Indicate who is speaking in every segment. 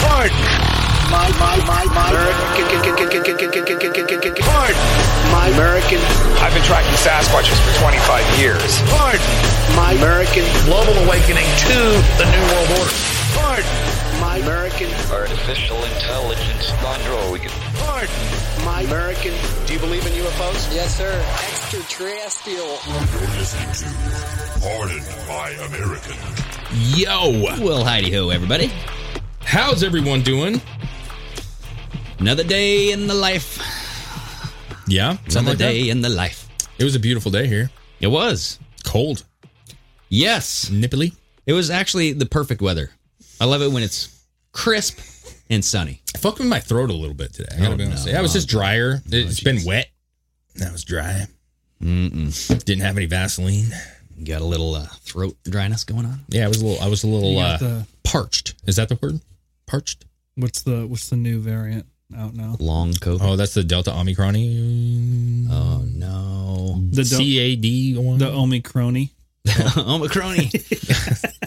Speaker 1: Pardon.
Speaker 2: My, my, my, my
Speaker 1: American. Pardon.
Speaker 2: my American,
Speaker 1: I've been tracking Sasquatches for 25 years. Pardon.
Speaker 2: my American,
Speaker 1: Global awakening to the New World Order. Pardon.
Speaker 2: my American,
Speaker 3: Artificial intelligence android.
Speaker 1: Pardon.
Speaker 2: my American.
Speaker 1: Do you believe in UFOs?
Speaker 4: Yes, sir. Extraterrestrial.
Speaker 5: Pardoned by American.
Speaker 6: Yo!
Speaker 7: Well, heidi ho, everybody.
Speaker 6: How's everyone doing?
Speaker 7: Another day in the life.
Speaker 6: Yeah,
Speaker 7: Another
Speaker 6: something like that.
Speaker 7: day in the life.
Speaker 6: It was a beautiful day here.
Speaker 7: It was.
Speaker 6: Cold,
Speaker 7: Yes.
Speaker 6: nipply.
Speaker 7: It was actually the perfect weather. I love it when it's crisp and sunny.
Speaker 6: I fucked with my throat a little bit today. I gotta
Speaker 7: Oh,
Speaker 6: be honest.
Speaker 7: no. Oh,
Speaker 6: Yeah, it was just drier. It's
Speaker 7: jeez.
Speaker 6: been wet. That was dry. Mm-mm. Didn't have any Vaseline.
Speaker 7: You got a little uh, throat dryness going on.
Speaker 6: Yeah, I was a little. I was a little
Speaker 8: You
Speaker 6: uh,
Speaker 8: got the-
Speaker 6: parched. Is that the word? Parched.
Speaker 8: What's the what's the new variant out now?
Speaker 7: Long coat.
Speaker 6: Oh, that's the Delta Omicron.
Speaker 7: Oh, no.
Speaker 8: The Del-
Speaker 6: CAD one.
Speaker 8: The Omicrony.
Speaker 7: Oma Crony.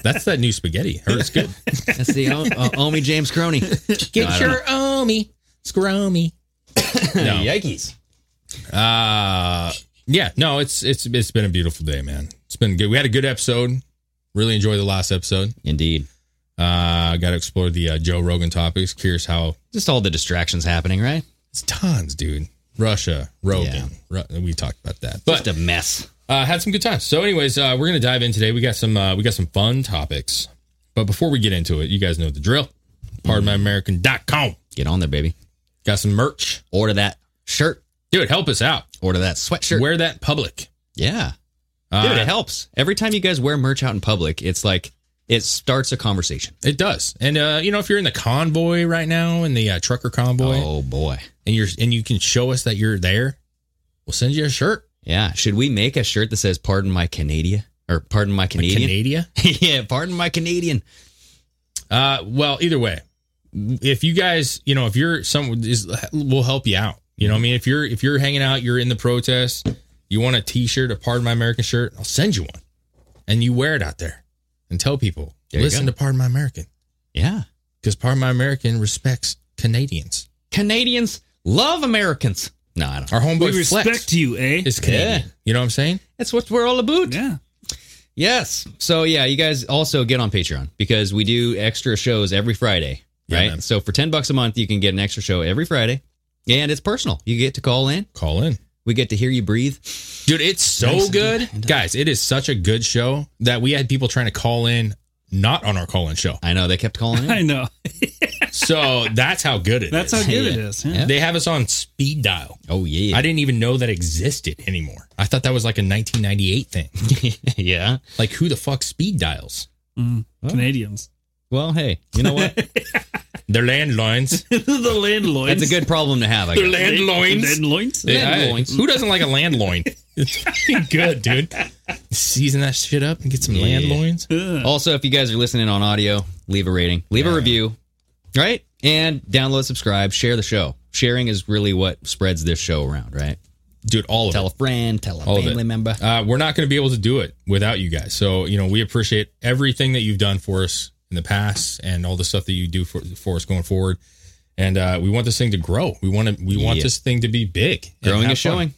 Speaker 6: that's that new spaghetti. Heard it's good.
Speaker 7: That's the o- uh, Omi James Crony. No, I don't
Speaker 6: omi scromy.
Speaker 7: know.
Speaker 6: no.
Speaker 7: Yikes.
Speaker 6: Uh yeah, no, it's it's it's been a beautiful day, man. It's been good. We had a good episode. Really enjoyed the last episode.
Speaker 7: Indeed.
Speaker 6: Uh got to explore the uh, Joe Rogan topics. Curious how
Speaker 7: Just all the distractions happening, right?
Speaker 6: it's tons, dude. Russia, Rogan. Ru- we talked about that. But
Speaker 7: Just a mess.
Speaker 6: uh, had some good times. So, anyways, uh, we're gonna dive in today. We got some uh, we got some fun topics. But before we get into it, you guys know the drill. PardonMyAmerican.com.
Speaker 7: Get on there, baby.
Speaker 6: Got some merch.
Speaker 7: Order that shirt.
Speaker 6: Dude, help us out.
Speaker 7: Order that sweatshirt.
Speaker 6: Wear that in public.
Speaker 7: Yeah.
Speaker 6: Uh,
Speaker 7: Dude, it helps. Every time you guys wear merch out in public, it's like it starts a conversation.
Speaker 6: It does, and uh, you know if you're in the convoy right now in the uh, trucker convoy,
Speaker 7: Oh boy.
Speaker 6: and you're and you can show us that you're there, we'll send you a shirt.
Speaker 7: Yeah. Should we make a shirt that says "Pardon my Canadian" or "Pardon my
Speaker 6: A
Speaker 7: Canadian"?
Speaker 6: Canada.
Speaker 7: yeah, pardon my Canadian.
Speaker 6: Uh, well, either way, if you guys, you know, if you're some, is we'll help you out. You know, what I mean, if you're if you're hanging out, you're in the protest, you want a T-shirt, a Pardon My American shirt, I'll send you one, and you wear it out there, and tell people
Speaker 7: There you
Speaker 6: listen
Speaker 7: go.
Speaker 6: to Pardon My American
Speaker 7: Yeah.
Speaker 6: because Pardon My American respects Canadians.
Speaker 7: Canadians love Americans. No, I don't.
Speaker 6: Our homeboy
Speaker 8: we respect
Speaker 6: Flex
Speaker 8: you, eh?
Speaker 6: is Canadian.
Speaker 7: Yeah.
Speaker 6: You know what I'm saying?
Speaker 7: That's what we're all about.
Speaker 8: yeah.
Speaker 7: Yes. So yeah, you guys also get on Patreon because we do extra shows every Friday,
Speaker 6: Yeah,
Speaker 7: right?
Speaker 6: man.
Speaker 7: so for 10 bucks a month, you can get an extra show every Friday. And it's personal. You get to call in.
Speaker 6: Call in.
Speaker 7: We get to hear you breathe.
Speaker 6: Dude, it's so
Speaker 7: Nice.
Speaker 6: good.
Speaker 7: And, uh,
Speaker 6: Guys, it is such a good show that we had people trying to call in not on our call in show.
Speaker 7: I know they kept calling in.
Speaker 8: I know.
Speaker 6: So that's how good it is.
Speaker 8: That's how good it
Speaker 7: Yeah.
Speaker 8: is. Yeah.
Speaker 6: They have us on speed dial.
Speaker 7: Oh yeah.
Speaker 6: I didn't even know that existed anymore. I thought that was like a 1998 thing.
Speaker 7: yeah.
Speaker 6: Like, who the fuck speed dials?
Speaker 8: Mm. Canadians.
Speaker 7: Well, hey, you know what?
Speaker 6: They're landlines.
Speaker 8: the landlords.
Speaker 7: That's a good problem to have. I
Speaker 6: They're
Speaker 7: guess.
Speaker 6: landlines.
Speaker 8: Landlords.
Speaker 6: They- I-
Speaker 7: Landloins.
Speaker 6: who doesn't like a landloin? It's fucking good, dude. Season that shit up and get some
Speaker 7: Yeah.
Speaker 6: landloins.
Speaker 8: Ugh.
Speaker 7: Also, if you guys are listening on audio, leave a rating, leave a review, right? And download, subscribe, share the show. Sharing is really what spreads this show around, right?
Speaker 6: Dude, all of it.
Speaker 7: Tell a friend, tell a
Speaker 6: All of
Speaker 7: family
Speaker 6: it.
Speaker 7: member.
Speaker 6: Uh, we're not going to be able to do it without you guys. So you know, we appreciate everything that you've done for us in the past and all the stuff that you do for, for us going forward. And uh, we want this thing to grow. We want to. We want
Speaker 7: Yeah.
Speaker 6: this thing to be big. and
Speaker 7: Growing
Speaker 6: have
Speaker 7: is
Speaker 6: fun.
Speaker 7: showing.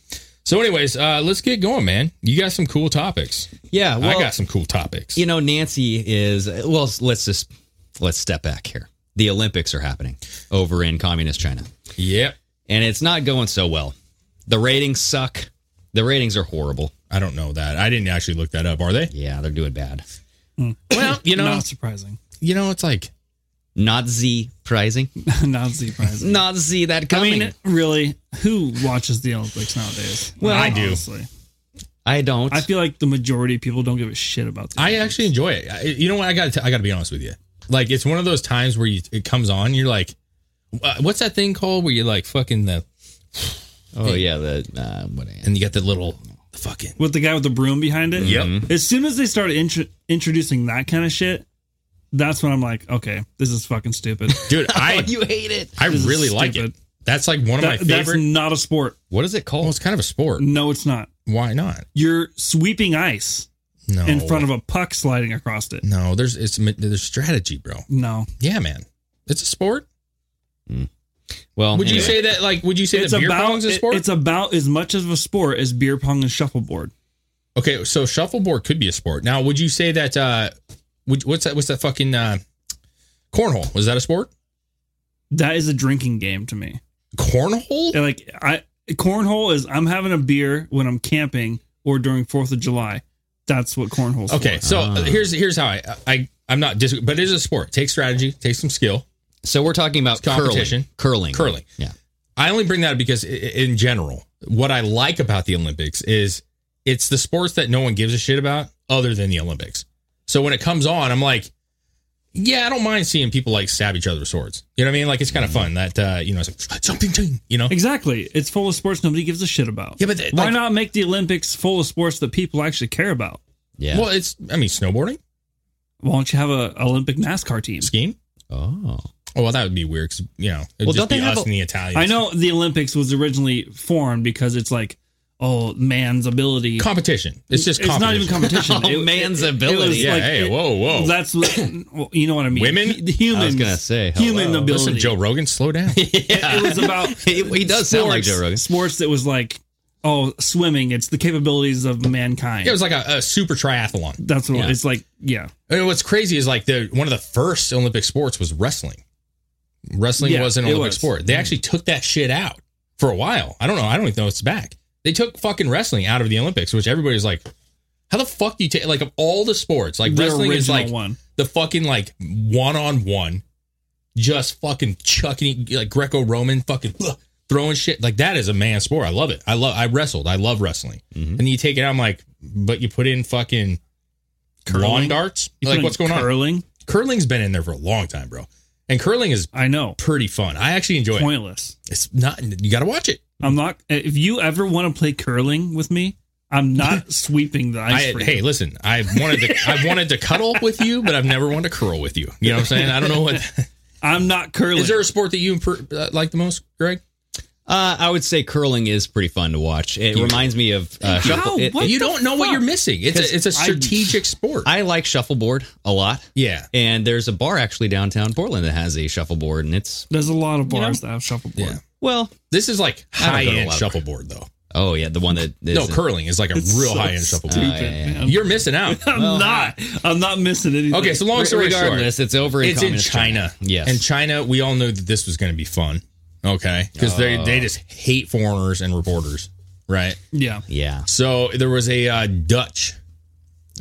Speaker 6: So, anyways, uh, let's get going, man. You got some cool topics.
Speaker 7: Yeah, well,
Speaker 6: I got some cool topics.
Speaker 7: you know, Nancy is well. Let's just let's step back here. The Olympics are happening over in communist China.
Speaker 6: yep.
Speaker 7: and it's not going so well. The ratings suck. The ratings are horrible.
Speaker 6: I don't know that. I didn't actually look that up. Are they?
Speaker 7: Yeah, they're doing bad.
Speaker 6: Well, you know,
Speaker 8: Not surprising.
Speaker 6: you know, it's like
Speaker 7: Nazi pricing.
Speaker 8: Nazi prize.
Speaker 7: Nazi that
Speaker 8: I
Speaker 7: coming.
Speaker 8: mean, really, who watches the Olympics nowadays?
Speaker 7: Well, I
Speaker 6: do.
Speaker 8: honestly.
Speaker 7: I don't.
Speaker 8: I feel like the majority of people don't give a shit about the
Speaker 6: I
Speaker 8: Olympics.
Speaker 6: actually enjoy it. I, you know what? I got to I got to be honest with you. Like it's one of those times where you it comes on, you're like, uh, what's that thing called where you like fucking the
Speaker 7: oh yeah, the uh, what?
Speaker 6: and you got the little fucking
Speaker 8: with the guy with the broom behind it.
Speaker 7: Mm-hmm.
Speaker 6: Yep.
Speaker 8: As soon as they started intro- introducing that kind of shit, that's when I'm like, okay, this is fucking stupid.
Speaker 6: dude. I
Speaker 7: Oh, you hate it.
Speaker 6: I
Speaker 8: This is
Speaker 6: really like it.
Speaker 8: stupid.
Speaker 6: That's like one of
Speaker 8: That-
Speaker 6: my
Speaker 8: that's
Speaker 6: favorite.
Speaker 8: not a sport.
Speaker 6: What is it called? Well, it's kind of a sport.
Speaker 8: No, it's not.
Speaker 6: Why not?
Speaker 8: You're sweeping ice
Speaker 6: No,
Speaker 8: in front of a puck sliding across it.
Speaker 6: no. There's it's there's strategy, bro.
Speaker 8: No,
Speaker 6: Yeah, man. It's a sport.
Speaker 7: Well,
Speaker 6: Would you
Speaker 7: anyway.
Speaker 6: say that? Like, would you say
Speaker 8: it's
Speaker 6: that beer
Speaker 8: about
Speaker 6: pong's a sport?
Speaker 8: it- it's about as much of a sport as beer pong and shuffleboard.
Speaker 6: Okay, so shuffleboard could be a sport. Now, would you say that? Uh, would, what's that? What's that fucking uh, cornhole? Was that a sport?
Speaker 8: That is a drinking game to me.
Speaker 6: Cornhole?
Speaker 8: And, like I cornhole is I'm having a beer when I'm camping or during Fourth of July. That's what cornhole's
Speaker 6: Okay,
Speaker 8: for.
Speaker 6: so uh, here's here's how I I I'm not dis- but it is a sport. It takes strategy, takes some skill.
Speaker 7: So we're talking about
Speaker 6: It's competition.
Speaker 7: curling. Curling.
Speaker 6: Curling.
Speaker 7: Yeah.
Speaker 6: I only bring that up because i- i- in general, what I like about the Olympics is it's the sports that no one gives a shit about other than the Olympics. So when it comes on, I'm like, yeah, I don't mind seeing people like stab each other with swords. You know what I mean? Like it's kind
Speaker 8: Mm-hmm.
Speaker 6: of fun that uh, you know, it's like jumping, ting, you know.
Speaker 8: Exactly. It's full of sports nobody gives a shit about.
Speaker 6: Yeah, but the-
Speaker 8: why
Speaker 6: like-
Speaker 8: not make the Olympics full of sports that people actually care about?
Speaker 7: Yeah.
Speaker 6: Well, it's I mean snowboarding,
Speaker 8: Why don't you have a Olympic NASCAR team?
Speaker 6: skiing.
Speaker 7: oh.
Speaker 6: Oh well, that would be weird because you know
Speaker 7: Well,
Speaker 6: it'd just
Speaker 7: don't
Speaker 6: be
Speaker 7: they have
Speaker 6: us
Speaker 7: a-
Speaker 6: and the Italians.
Speaker 8: I know the Olympics was originally formed because it's like, oh, man's ability.
Speaker 6: competition. It's just
Speaker 8: it's not even
Speaker 6: competition.
Speaker 8: competition.
Speaker 7: Oh, man's ability.
Speaker 8: was
Speaker 6: Yeah, hey, whoa, whoa.
Speaker 8: That's what, well, you know what I mean.
Speaker 6: Women?
Speaker 8: Hu- humans.
Speaker 7: I was gonna say,
Speaker 8: human
Speaker 7: hello.
Speaker 8: ability.
Speaker 6: Listen, Joe Rogan, slow down.
Speaker 8: It was about
Speaker 7: He, he does sound like
Speaker 8: sports-
Speaker 7: Joe Rogan.
Speaker 8: Sports that was like, oh, swimming. It's the capabilities of mankind.
Speaker 6: It was like a, a super triathlon.
Speaker 8: That's what
Speaker 7: Yeah.
Speaker 8: it's like. Yeah.
Speaker 6: And what's crazy is like the one of the first Olympic sports was wrestling. Wrestling
Speaker 8: Yeah,
Speaker 6: was an
Speaker 8: it
Speaker 6: Olympic
Speaker 8: was. Mm-hmm.
Speaker 6: sport. They actually took that shit out for a while. I don't know. I don't even know it's back. They took fucking wrestling out of the Olympics, which everybody's like, how the fuck do you take like of all the sports? Like
Speaker 8: The
Speaker 6: wrestling is
Speaker 8: original
Speaker 6: like
Speaker 8: one.
Speaker 6: the fucking like one on one, just fucking chucking like Greco Roman fucking ugh, throwing shit. Like that is a man sport. I love it. I love. I wrestled. I love wrestling.
Speaker 8: Mm-hmm.
Speaker 6: And you take it. out, I'm like, but you put in fucking lawn darts.
Speaker 8: You
Speaker 6: like
Speaker 8: put
Speaker 6: what's
Speaker 8: in
Speaker 6: going on?
Speaker 8: Curling.
Speaker 6: Curling's been in there for a long time, bro. And curling is
Speaker 8: I know.
Speaker 6: pretty fun. I actually enjoy it.
Speaker 8: Pointless.
Speaker 6: It's not. You got to watch it.
Speaker 8: I'm not. If you ever want to play curling with me, I'm not sweeping the ice.
Speaker 6: I,
Speaker 8: for you.
Speaker 6: hey, listen. I wanted to. I've wanted to cuddle with you, but I've never wanted to curl with you. You know what I'm saying? I don't know what.
Speaker 8: I'm not curling.
Speaker 6: Is there a sport that you imper- uh, like the most, Greg?
Speaker 7: Uh, I would say curling is pretty fun to watch. It reminds me of uh,
Speaker 8: How?
Speaker 7: shuffle. it-
Speaker 8: What
Speaker 7: it-
Speaker 6: you
Speaker 8: the
Speaker 6: don't know what
Speaker 8: fuck?
Speaker 6: you're missing. It's a,
Speaker 8: 'Cause
Speaker 6: it's a
Speaker 8: I-
Speaker 6: strategic sport.
Speaker 7: I like shuffleboard a lot.
Speaker 6: yeah.
Speaker 7: And there's a bar actually downtown Portland that has a shuffleboard, and it's
Speaker 8: There's a lot of bars that have shuffleboard.
Speaker 6: Yeah.
Speaker 7: well,
Speaker 6: This is like
Speaker 7: I don't go
Speaker 6: high
Speaker 7: to a
Speaker 6: end
Speaker 7: lot of-
Speaker 6: shuffleboard though.
Speaker 7: oh yeah, the one that is
Speaker 6: no, curling is like a
Speaker 8: It's
Speaker 6: real
Speaker 8: so
Speaker 6: high end shuffleboard.
Speaker 8: stupid,
Speaker 7: Uh, yeah, yeah.
Speaker 8: man.
Speaker 6: You're missing out.
Speaker 8: I'm not. I'm not missing anything.
Speaker 6: Okay, so long
Speaker 7: Re-
Speaker 6: story
Speaker 7: regardless,
Speaker 6: short,
Speaker 7: it's over in
Speaker 6: it's in
Speaker 7: communist
Speaker 6: China.
Speaker 7: Yes,
Speaker 6: and China, we all knew that this was going to be fun. Okay, because they they just hate foreigners and reporters, right?
Speaker 8: yeah.
Speaker 7: yeah,
Speaker 6: So there was a uh, Dutch,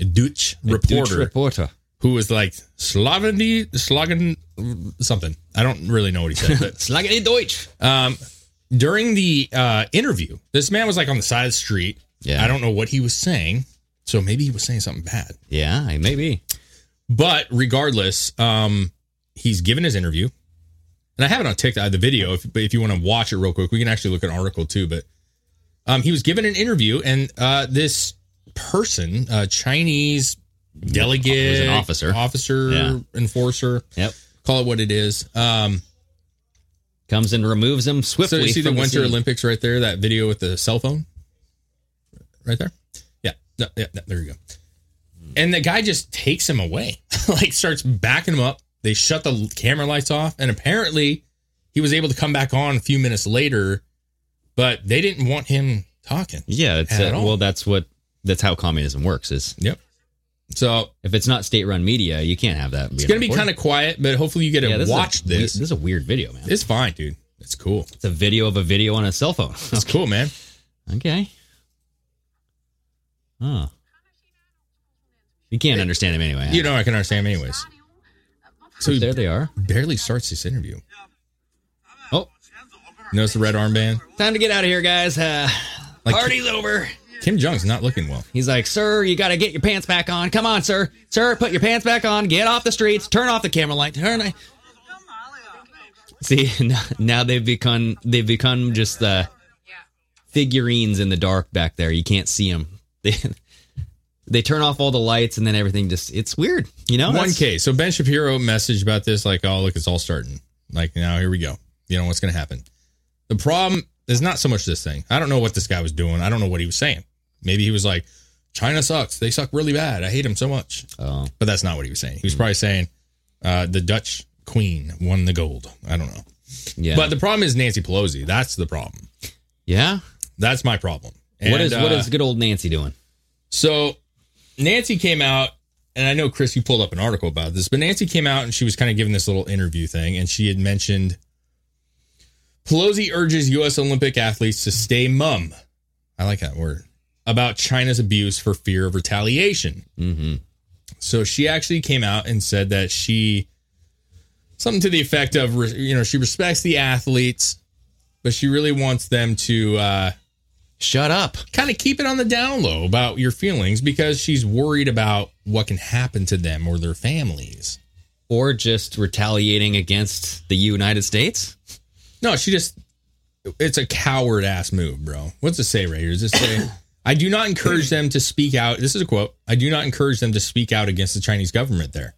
Speaker 6: a Dutch reporter
Speaker 7: Dutch reporter.
Speaker 6: who was like Slavendy Slagen something. I don't really know what he said, but Um,
Speaker 7: Slagen in Deutsch.
Speaker 6: during the uh, interview, this man was like on the side of the street.
Speaker 7: Yeah.
Speaker 6: I don't know what he was saying. So maybe he was saying something bad.
Speaker 7: Yeah, maybe.
Speaker 6: But regardless, um, he's given his interview. And I have it on TikTok, the video, if, but if you want to watch it real quick, we can actually look at an article too. But um, he was given an interview, and uh, this person, uh, Chinese delegate,
Speaker 7: He was an officer.
Speaker 6: officer,
Speaker 7: Yeah.
Speaker 6: enforcer,
Speaker 7: Yep.
Speaker 6: call it what it is. Um,
Speaker 7: Comes and removes him
Speaker 6: So
Speaker 7: swiftly.
Speaker 6: you see the
Speaker 7: from
Speaker 6: Winter
Speaker 7: scene.
Speaker 6: Olympics right there, that video with the cell phone, right there. Yeah, no, yeah, no, there you go. And the guy just takes him away, like starts backing him up. They shut the camera lights off, and apparently, he was able to come back on a few minutes later, but they didn't want him talking.
Speaker 7: Yeah, it's
Speaker 6: At
Speaker 7: uh,
Speaker 6: all.
Speaker 7: well, that's what that's how communism works. Is
Speaker 6: Yep. So
Speaker 7: if it's not state-run media, you can't have that.
Speaker 6: it's gonna be kind of quiet, but hopefully you get to watch this.
Speaker 7: This is a weird video, man.
Speaker 6: It's fine, dude. It's cool.
Speaker 7: It's a video of a video on a cell phone.
Speaker 6: It's cool, man.
Speaker 7: okay. Huh. You can't understand him anyway.
Speaker 6: You know I can understand, him anyways. So he
Speaker 7: there they are.
Speaker 6: barely starts this interview.
Speaker 7: Oh,
Speaker 6: Notice the red armband.
Speaker 7: time to get out of here, guys. Uh,
Speaker 6: Like-
Speaker 7: party's over.
Speaker 6: Kim Jong's not looking well.
Speaker 7: He's like, sir, you got to get your pants back on. Come on, sir. Sir, put your pants back on. Get off the streets. Turn off the camera light. Turn. it-" See, now- now they've become they've become just uh, figurines in the dark back there. You can't see them. They they turn off all the lights and then everything just it's weird. You know,
Speaker 6: One
Speaker 7: That's-
Speaker 6: case. So Ben Shapiro messaged about this, like, oh look, it's all starting. Like now, here we go. You know what's going to happen. The problem is not so much this thing. I don't know what this guy was doing. I don't know what he was saying. Maybe he was like, China sucks. They suck really bad. I hate them so much.
Speaker 7: Oh, Hmm.
Speaker 6: But that's not what he was saying. He was probably saying uh, the Dutch queen won the gold. I don't know.
Speaker 7: yeah,
Speaker 6: But the problem is Nancy Pelosi. That's the problem.
Speaker 7: yeah.
Speaker 6: That's my problem.
Speaker 7: what is what
Speaker 6: uh,
Speaker 7: is good old Nancy doing?
Speaker 6: so Nancy came out, and I know Chris, you pulled up an article about this, but Nancy came out and she was kind of giving this little interview thing, and she had mentioned Pelosi urges U.S. Olympic athletes to stay mum. I like that word about China's abuse for fear of retaliation.
Speaker 7: Mm-hmm.
Speaker 6: So she actually came out and said that she something to the effect of re- you know she respects the athletes, but she really wants them to. Uh,
Speaker 7: Shut up.
Speaker 6: kind of keep it on the down low about your feelings because she's worried about what can happen to them or their families.
Speaker 7: Or just retaliating against the United States.
Speaker 6: No, she just it's a coward ass move, bro. What's it say right here? Does it say I do not encourage them to speak out. This is a quote. I do not encourage them to speak out against the Chinese government there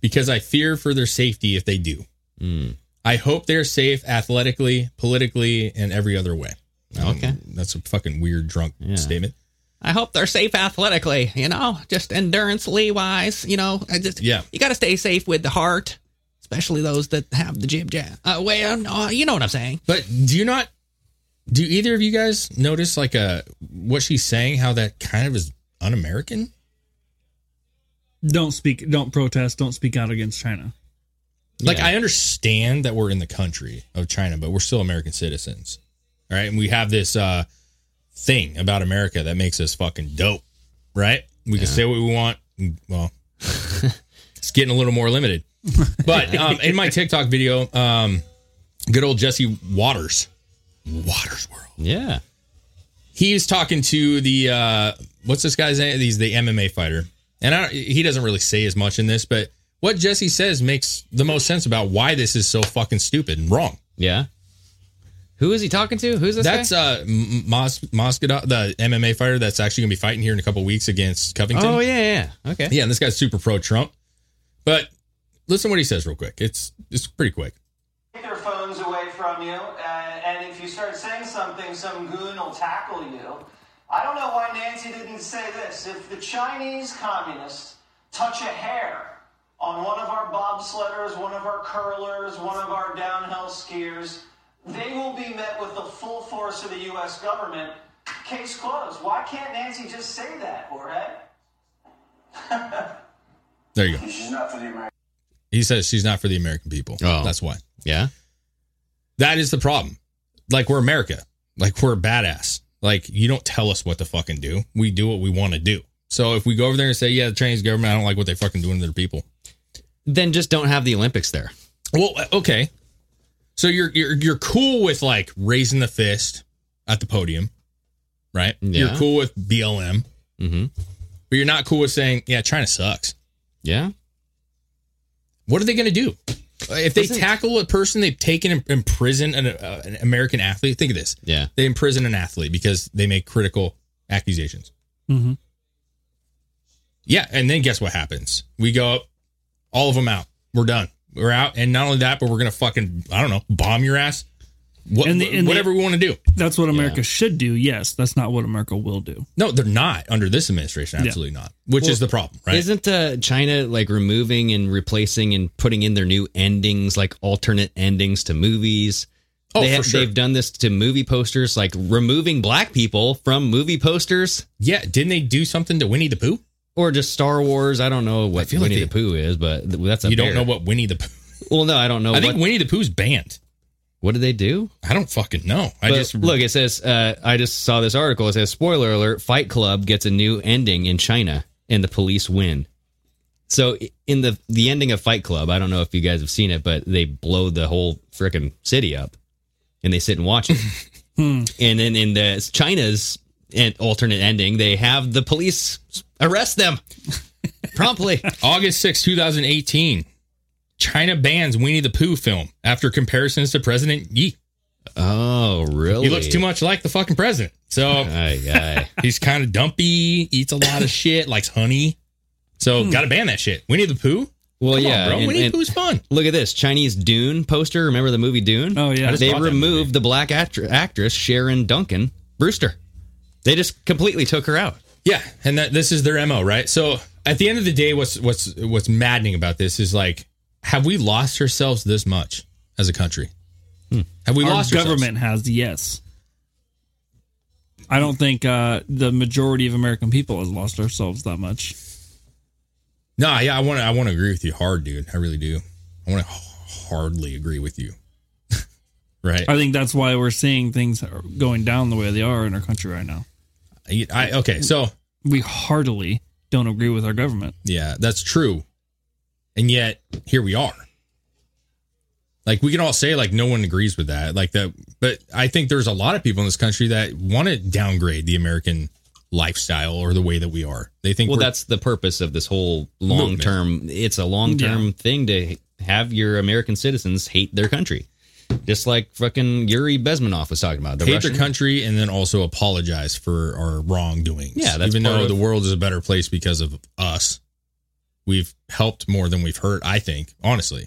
Speaker 6: because I fear for their safety if they do.
Speaker 7: Hmm.
Speaker 6: I hope they're safe athletically, politically, and every other way. I don't-
Speaker 7: Okay.
Speaker 6: That's a fucking weird drunk
Speaker 7: Yeah.
Speaker 6: statement.
Speaker 7: I hope they're safe athletically, you know, just endurance wise, you know. I just
Speaker 6: Yeah.
Speaker 7: you got to stay safe with the heart, especially those that have the jib jab. Uh, well, uh, you know what I'm saying?
Speaker 6: But do you not? Do either of you guys notice like uh what she's saying? How that kind of is un-American.
Speaker 8: Don't speak. Don't protest. Don't speak out against China.
Speaker 6: Like
Speaker 7: Yeah.
Speaker 6: I understand that we're in the country of China, but we're still American citizens, all right? And we have this uh thing about America that makes us fucking dope, right? We can say what we want. Well, it's getting a little more limited. But um, in my TikTok video, um, good old Jesse Waters, Waters World.
Speaker 7: Yeah,
Speaker 6: he's talking to the uh what's this guy's name? He's the MMA fighter, and I don't, he doesn't really say as much in this, but what Jesse says makes the most sense about why this is so fucking stupid and wrong.
Speaker 7: yeah. Who is he talking to? Who's this?
Speaker 6: That's uh M- Mos Moscada, the MMA fighter that's actually gonna be fighting here in a couple weeks against Covington.
Speaker 7: oh yeah, yeah. Okay.
Speaker 6: Yeah, and this guy's super pro Trump. But listen to what he says real quick. It's it's pretty quick.
Speaker 5: take their phones away from you, uh, and if you start saying something, some goon will tackle you. I don't know why Nancy didn't say this. If the Chinese communists touch a hair on one of our bobsledders, one of our curlers, one of our downhill skiers, they will be met with the full force of the U.S. government. Case closed. Why can't Nancy just say that, Jorge?
Speaker 6: There you go. He says she's not for the American people.
Speaker 7: Oh.
Speaker 6: That's why.
Speaker 7: Yeah.
Speaker 6: That is the problem. Like we're America. Like we're badass. Like you don't tell us what to fucking do. We do what we want to do. So if we go over there and say, yeah, the Chinese government, I don't like what they fucking doing to their people.
Speaker 7: Then just don't have the Olympics there.
Speaker 6: Well, okay. So you're you're you're cool with like raising the fist at the podium, right?
Speaker 7: Yeah.
Speaker 6: You're cool with BLM,
Speaker 7: Mm-hmm.
Speaker 6: but you're not cool with saying, yeah, China sucks.
Speaker 7: Yeah.
Speaker 6: What are they going to do? If they
Speaker 7: Doesn't-
Speaker 6: tackle a person, they've taken and imprison an, uh, an American athlete. Think of this.
Speaker 7: Yeah.
Speaker 6: they imprison an athlete because they make critical accusations.
Speaker 8: Mm-hmm.
Speaker 6: Yeah, and then guess what happens? We go up, all of them out. We're done. We're out, and not only that, but we're gonna fucking I don't know, bomb your ass. What,
Speaker 8: And the- and
Speaker 6: whatever
Speaker 8: the-
Speaker 6: we want to do.
Speaker 8: That's what America should do. Yes, that's not what America will do.
Speaker 6: No, they're not under this administration.
Speaker 8: Yeah.
Speaker 6: Absolutely not. Which
Speaker 7: Well,
Speaker 6: is the problem, right?
Speaker 7: Isn't uh, China like removing and replacing and putting in their new endings, like alternate endings to movies?
Speaker 6: Oh,
Speaker 7: they
Speaker 6: for
Speaker 7: have,
Speaker 6: sure.
Speaker 7: They've done this to movie posters, like removing black people from movie posters
Speaker 6: yeah, didn't they do something to Winnie the Pooh?
Speaker 7: or just Star Wars. I don't know what
Speaker 6: feel like
Speaker 7: Winnie
Speaker 6: they-
Speaker 7: the Pooh is, but th- that's a
Speaker 6: You don't
Speaker 7: bear.
Speaker 6: know what Winnie the Pooh.
Speaker 7: Well, no, I don't know.
Speaker 6: I
Speaker 7: what,
Speaker 6: think Winnie the Pooh's banned.
Speaker 7: what did they do?
Speaker 6: I don't fucking know. I
Speaker 7: But
Speaker 6: just
Speaker 7: look. It says uh, I just saw this article. It says spoiler alert: Fight Club gets a new ending in China, and the police win. So in the the ending of Fight Club, I don't know if you guys have seen it, but they blow the whole freaking city up, and they sit and watch it.
Speaker 8: Hmm.
Speaker 7: and then in the China's an- alternate ending, they have the police arrest them promptly.
Speaker 6: August 6, 2018. China bans Winnie the Pooh film after comparisons to President Yi.
Speaker 7: Oh, really?
Speaker 6: He looks too much like the fucking president. So he's kind of dumpy, eats a lot of shit, likes honey. So gotta ban that shit. Winnie the Pooh?
Speaker 7: Hmm. Well,
Speaker 6: Come on,
Speaker 7: yeah,
Speaker 6: bro.
Speaker 7: and-
Speaker 6: Winnie the
Speaker 7: and-
Speaker 6: Pooh's fun.
Speaker 7: Look at this Chinese Dune poster. Remember the movie Dune?
Speaker 8: Oh, yeah. I just
Speaker 7: They
Speaker 8: bought that
Speaker 7: removed the black actr actress Sharon Duncan Brewster. They just completely took her out.
Speaker 6: Yeah, and that this is their mo, right? So at the end of the day, what's what's what's maddening about this is like, have we lost ourselves this much as a country?
Speaker 7: Hmm.
Speaker 6: Have we
Speaker 8: Our
Speaker 6: lost ourselves?
Speaker 8: government has yes. I don't think uh, the majority of American people has lost ourselves that much.
Speaker 6: No, yeah, I want to. I want to agree with you hard, dude. I really do. I want to hardly agree with you. right.
Speaker 8: I think that's why we're seeing things are going down the way they are in our country right now.
Speaker 6: I, I- okay. So
Speaker 8: We heartily don't agree with our government.
Speaker 6: yeah, that's true. And yet here we are. Like we can all say like no one agrees with that. Like that, but I think there's a lot of people in this country that want to downgrade the American lifestyle or the way that we are. They think
Speaker 7: Well,
Speaker 6: we're-
Speaker 7: that's the purpose of this whole long term. It's a long term thing to have your American citizens hate their country, just like fucking Yuri Bezmenov was talking about. The
Speaker 6: hate
Speaker 7: Russian-
Speaker 6: their country and then also apologize for our wrongdoings.
Speaker 7: Yeah, that's
Speaker 6: even
Speaker 7: part
Speaker 6: though
Speaker 7: of-
Speaker 6: the world is a better place because of us, we've helped more than we've hurt. I think, honestly,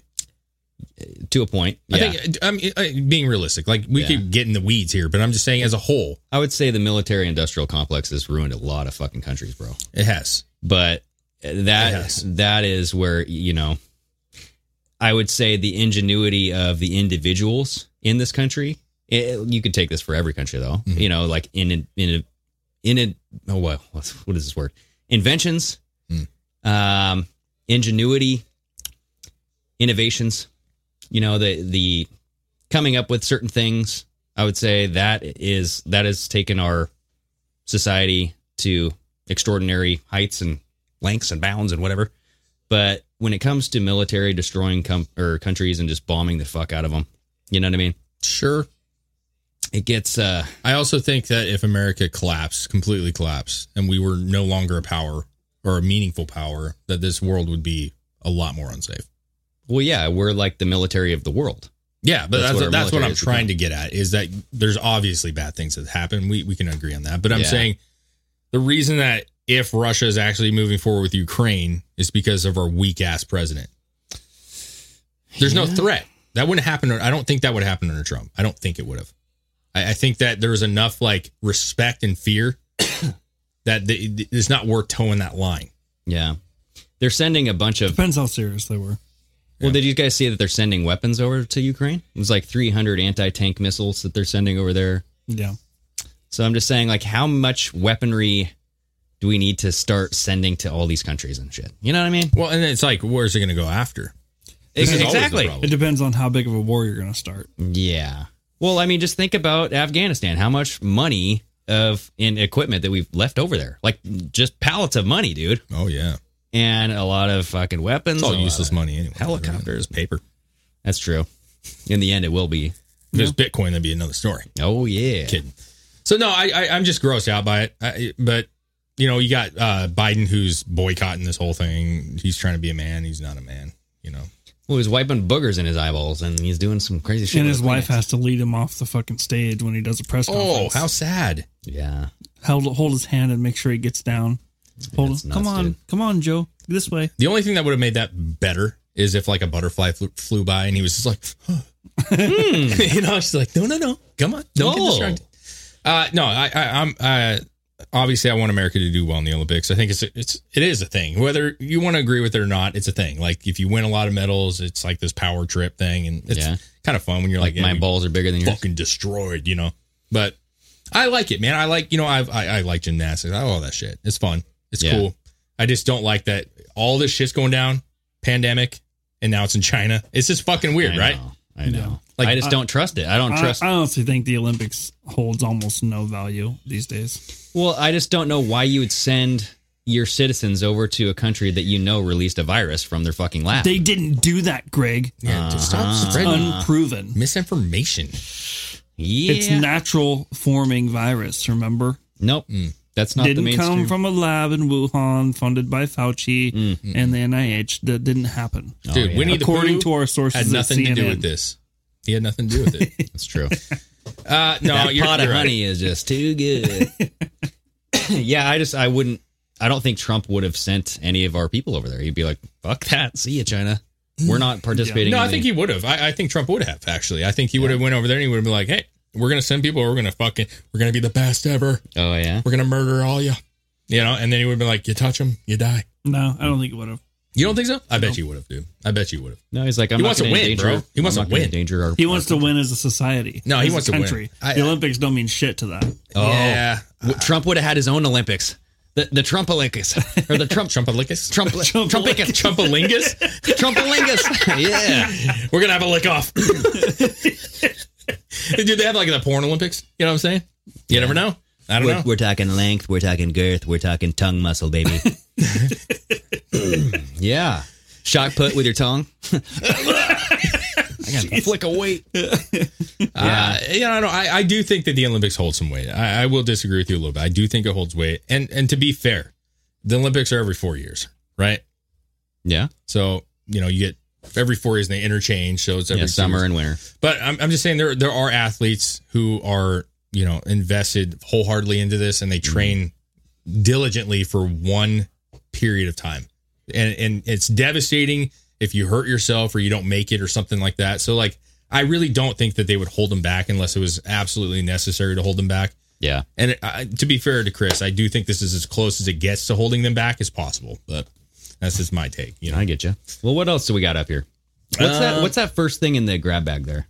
Speaker 7: to a point.
Speaker 6: I
Speaker 7: yeah.
Speaker 6: think I'm I- being realistic. Like we
Speaker 7: Yeah.
Speaker 6: keep getting the weeds here, but I'm just saying as a whole,
Speaker 7: I would say the military industrial complex has ruined a lot of fucking countries, bro.
Speaker 6: it has.
Speaker 7: But that
Speaker 6: Yes.
Speaker 7: that is where you know, I would say the ingenuity of the individuals in this country. eh, you could take this for every country, though.
Speaker 6: Mhm.
Speaker 7: You know, like in in in, in oh what what's, what is this word? Inventions,
Speaker 6: Mm.
Speaker 7: um, ingenuity, innovations. You know the the coming up with certain things. I would say that is that has taken our society to extraordinary heights and lengths and bounds and whatever. But when it comes to military destroying com- or countries and just bombing the fuck out of them, you know what I mean?
Speaker 6: Sure.
Speaker 7: It gets uh
Speaker 6: I also think that if America collapsed, completely collapsed, and we were no longer a power or a meaningful power, that this world would be a lot more unsafe.
Speaker 7: well, yeah, we're like the military of the world.
Speaker 6: Yeah, but
Speaker 7: That's
Speaker 6: that's that's
Speaker 7: what
Speaker 6: what,
Speaker 7: our military
Speaker 6: I'm
Speaker 7: is
Speaker 6: trying to get at is that there's obviously bad things that happen. We we can agree on that, but I'm
Speaker 7: Yeah.
Speaker 6: saying the reason that if Russia is actually moving forward with Ukraine is because of our weak ass president. There's no
Speaker 7: Yeah.
Speaker 6: threat that wouldn't happen. I don't think that would happen under Trump. I don't think it would have. I, I think that there's enough like respect and fear that the, it's not worth towing that line.
Speaker 7: Yeah. They're sending a bunch of
Speaker 8: Depends how serious they were.
Speaker 7: Well, did you guys see that they're sending weapons over to Ukraine? It was like 300 anti-tank missiles that they're sending over there.
Speaker 8: Yeah.
Speaker 7: So I'm just saying like how much weaponry do we need to start sending to all these countries and shit? You know what I mean?
Speaker 6: Well, and it's like, where's it going to go after? This is always the problem.
Speaker 8: It depends on how big of a war you're going to start.
Speaker 7: Yeah. Well, I mean, just think about Afghanistan. How much money of in equipment that we've left over there? Like just pallets of money, dude,
Speaker 6: Oh yeah,
Speaker 7: and a lot of fucking weapons.
Speaker 6: it's all
Speaker 7: a lot
Speaker 6: useless
Speaker 7: of-
Speaker 6: money anyway.
Speaker 7: Helicopters.
Speaker 6: paper.
Speaker 7: That's true. In the end, it will be.
Speaker 6: If it was Bitcoin, that'd be another story.
Speaker 7: Oh yeah.
Speaker 6: Kidding. So no, I, I I'm just grossed out by it. I, but you know, you got uh, Biden who's boycotting this whole thing. He's trying to be a man. He's not a man. You know.
Speaker 7: Well, he's wiping boogers in his eyeballs, and he's doing some crazy shit.
Speaker 8: And
Speaker 7: with
Speaker 8: his wife
Speaker 7: plants.
Speaker 8: has to lead him off the fucking stage when he does a press
Speaker 6: Oh,
Speaker 8: conference.
Speaker 6: how sad.
Speaker 7: Yeah.
Speaker 8: Hold, hold his hand and make sure he gets down. Hold
Speaker 7: That's
Speaker 8: Come
Speaker 7: nuts,
Speaker 8: on.
Speaker 7: dude.
Speaker 8: Come on, Joe. This way.
Speaker 6: The only thing that would have made that better is if like a butterfly flew, flew by and he was just like, you know, she's like, no, no, no, come on, don't
Speaker 7: No.
Speaker 6: get distracted. Uh, no, I, I, I'm, uh, obviously, I want America to do well in the Olympics. I think it's, it's, it is a thing. Whether you want to agree with it or not, it's a thing. Like if you win a lot of medals, it's like this power trip thing, and it's
Speaker 7: Yeah.
Speaker 6: kind of fun when you're
Speaker 7: Like
Speaker 6: like,
Speaker 7: my
Speaker 6: yeah, we
Speaker 7: balls are bigger than yours.
Speaker 6: fucking destroyed, you know. But I like it, man. I like, you know, I've, I I like gymnastics. I like all that shit. It's fun. It's
Speaker 7: Yeah.
Speaker 6: cool. I just don't like that all this shit's going down, pandemic, and now it's in China. It's just fucking weird,
Speaker 7: I
Speaker 6: right?
Speaker 7: know, I know.
Speaker 6: Like,
Speaker 7: I just don't trust it. I don't
Speaker 8: I,
Speaker 7: trust.
Speaker 8: I honestly think the Olympics holds almost no value these days.
Speaker 7: Well, I just don't know why you would send your citizens over to a country that you know released a virus from their fucking lab.
Speaker 8: They didn't do that, Greg.
Speaker 7: Yeah, to stop Uh-huh. spreading
Speaker 8: unproven
Speaker 6: misinformation.
Speaker 7: Yeah.
Speaker 8: It's natural forming virus. Remember?
Speaker 7: Nope. Mm. That's not the
Speaker 8: didn't
Speaker 7: mainstream.
Speaker 8: come from a lab in Wuhan funded by Fauci and the NIH. That didn't happen,
Speaker 6: Mm-hmm. Oh, Dude, Winnie the
Speaker 8: according
Speaker 6: Pooh
Speaker 8: to our sources,
Speaker 6: had
Speaker 8: at
Speaker 6: nothing to do
Speaker 8: CNN.
Speaker 6: with this. He had nothing to do with it.
Speaker 7: That's true.
Speaker 6: Uh, no,
Speaker 7: that
Speaker 6: you're,
Speaker 7: pot
Speaker 6: you're
Speaker 7: of
Speaker 6: right.
Speaker 7: honey is just too good. yeah, I just I wouldn't. I don't think Trump would have sent any of our people over there. He'd be like, "Fuck that, see you, China. We're not participating."
Speaker 6: No,
Speaker 7: in
Speaker 6: I think
Speaker 7: the-
Speaker 6: he would have. I, I think Trump would have actually. I think he would have went over there and he would have been like, "Hey, we're gonna send people. We're gonna fucking. We're gonna be the best ever.
Speaker 7: Oh yeah,
Speaker 6: We're gonna murder all you. You know." And then he would have been like, "You touch him, you die."
Speaker 8: No, I don't think it would have.
Speaker 6: You don't think so? I bet you would have, dude. I bet you would have.
Speaker 7: no, he's like, "I'm
Speaker 6: He
Speaker 7: not
Speaker 6: wants to
Speaker 7: gonna
Speaker 6: win,
Speaker 7: endanger,
Speaker 6: bro. He wants
Speaker 7: I'm
Speaker 6: to
Speaker 7: not gonna
Speaker 6: win.
Speaker 7: Endanger our.
Speaker 8: He wants to win as a society.
Speaker 6: No, he
Speaker 8: as a
Speaker 6: wants to win.
Speaker 8: country.
Speaker 6: I-
Speaker 8: the
Speaker 6: I-
Speaker 8: Olympics don't mean shit to that.
Speaker 7: Oh,
Speaker 6: Yeah.
Speaker 7: W- Trump would have had his own Olympics. The, the Trump Olympics or the Trump
Speaker 6: Trumpalicus.
Speaker 7: Trump Trumpicus
Speaker 6: Trumpalingus.
Speaker 7: Trumpolingus. yeah.
Speaker 6: we're gonna have a lick off. Dude, they have like the porn Olympics. You know what I'm saying? You never know. I don't
Speaker 7: we're,
Speaker 6: know.
Speaker 7: we're talking length. We're talking girth. We're talking tongue muscle, baby. yeah. Shot put with your tongue. I gotta flick a weight.
Speaker 6: Uh, you know, I, don't, I, I do think that the Olympics hold some weight. I, I will disagree with you a little bit. I do think it holds weight. And and to be fair, the Olympics are every four years, right?
Speaker 7: Yeah.
Speaker 6: So you know, you get every four years and they interchange. So it's every
Speaker 7: yeah
Speaker 6: two
Speaker 7: summer
Speaker 6: years.
Speaker 7: and winter.
Speaker 6: But I'm, I'm just saying there there are athletes who are you know invested wholeheartedly into this and they
Speaker 7: Mm-hmm.
Speaker 6: train diligently for one period of time, and and it's devastating if you hurt yourself or you don't make it or something like that. So like I really don't think that they would hold them back unless it was absolutely necessary to hold them back.
Speaker 7: Yeah.
Speaker 6: And I, to be fair to Chris, I do think this is as close as it gets to holding them back as possible. But that's just my take. You know,
Speaker 7: I get you. Well, what else do we got up here? What's
Speaker 6: Uh,
Speaker 7: that? What's that first thing in the grab bag there?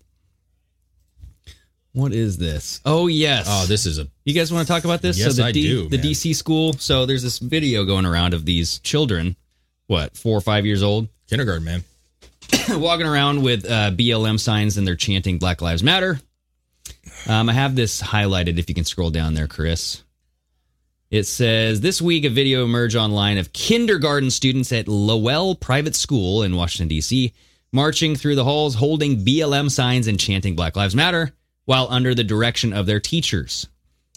Speaker 7: What is this? Oh yes.
Speaker 6: oh, this is a
Speaker 7: You guys want to talk about this?
Speaker 6: Yes,
Speaker 7: so the
Speaker 6: I do,
Speaker 7: The
Speaker 6: man.
Speaker 7: DC school. So there's this video going around of these children, what four or five years old,
Speaker 6: kindergarten man.
Speaker 7: walking around with uh, BLM signs and they're chanting Black Lives Matter. Um, I have this highlighted. If you can scroll down there, Chris. It says this week a video emerged online of kindergarten students at Lowell Private School in Washington D.C. marching through the halls holding BLM signs and chanting Black Lives Matter while under the direction of their teachers.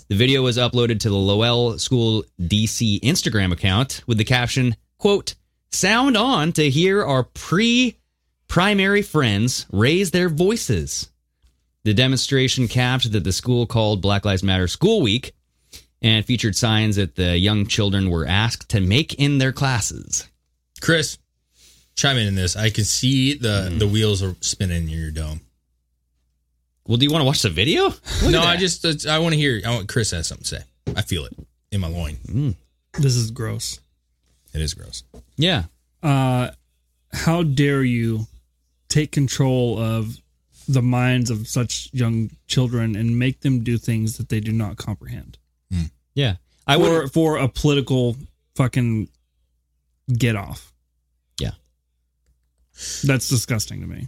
Speaker 7: The video was uploaded to the Lowell School DC Instagram account with the caption, quote, sound on to hear our pre primary friends raise their voices. The demonstration capped that the school called Black Lives Matter School Week and featured signs that the young children were asked to make in their classes.
Speaker 6: Chris, chime in on this. I can see the the wheels are spinning in your dome.
Speaker 7: Well, do you want to watch the video?
Speaker 6: no, I just it's- I want to hear. I want Chris has something to say. I feel it in my loin.
Speaker 8: This is gross.
Speaker 6: It is gross.
Speaker 7: Yeah.
Speaker 8: uh, how dare you take control of the minds of such young children and make them do things that they do not comprehend
Speaker 7: Yeah. I would
Speaker 8: for, for a political fucking get off
Speaker 7: Yeah.
Speaker 8: that's disgusting to me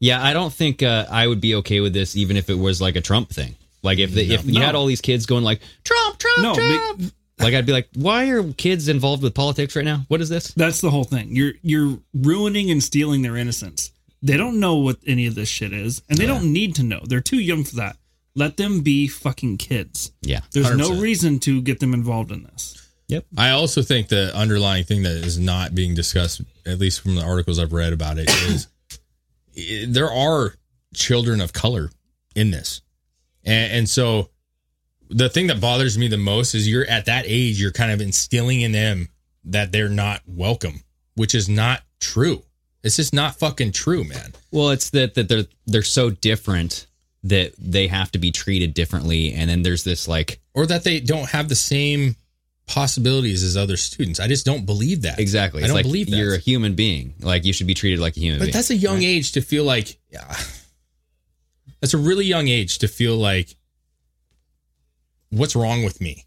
Speaker 7: Yeah, I don't think uh, I would be okay with this, even if it was like a Trump thing. Like if the, if you
Speaker 8: No.
Speaker 7: had all these kids going like Trump, Trump,
Speaker 8: No,
Speaker 7: Trump,
Speaker 8: be-
Speaker 7: like I'd be like, why are kids involved with politics right now? What is this?
Speaker 8: that's the whole thing you're you're ruining and stealing their innocence they don't know what any of this shit is and they don't need to know they're too young for that let them be fucking kids
Speaker 7: Yeah,
Speaker 8: there's no
Speaker 6: 100%.
Speaker 8: reason to get them involved in this
Speaker 6: I also think the underlying thing that is not being discussed, at least from the articles I've read about it, is i- there are children of color in this, and, and so the thing that bothers me the most is you're at that age, you're kind of instilling in them that they're not welcome, which is not true. It's just not fucking true, man.
Speaker 7: Well, it's that that they're they're so different that they have to be treated differently, and then there's this like
Speaker 6: or that they don't have the same possibilities as other students. I just don't believe that.
Speaker 7: exactly.
Speaker 6: I
Speaker 7: It's
Speaker 6: don't
Speaker 7: like
Speaker 6: believe that.
Speaker 7: you're a human being. Like you should be treated like a human
Speaker 6: but
Speaker 7: being.
Speaker 6: that's a young age to feel like yeah. That's a really young age to feel like what's wrong with me?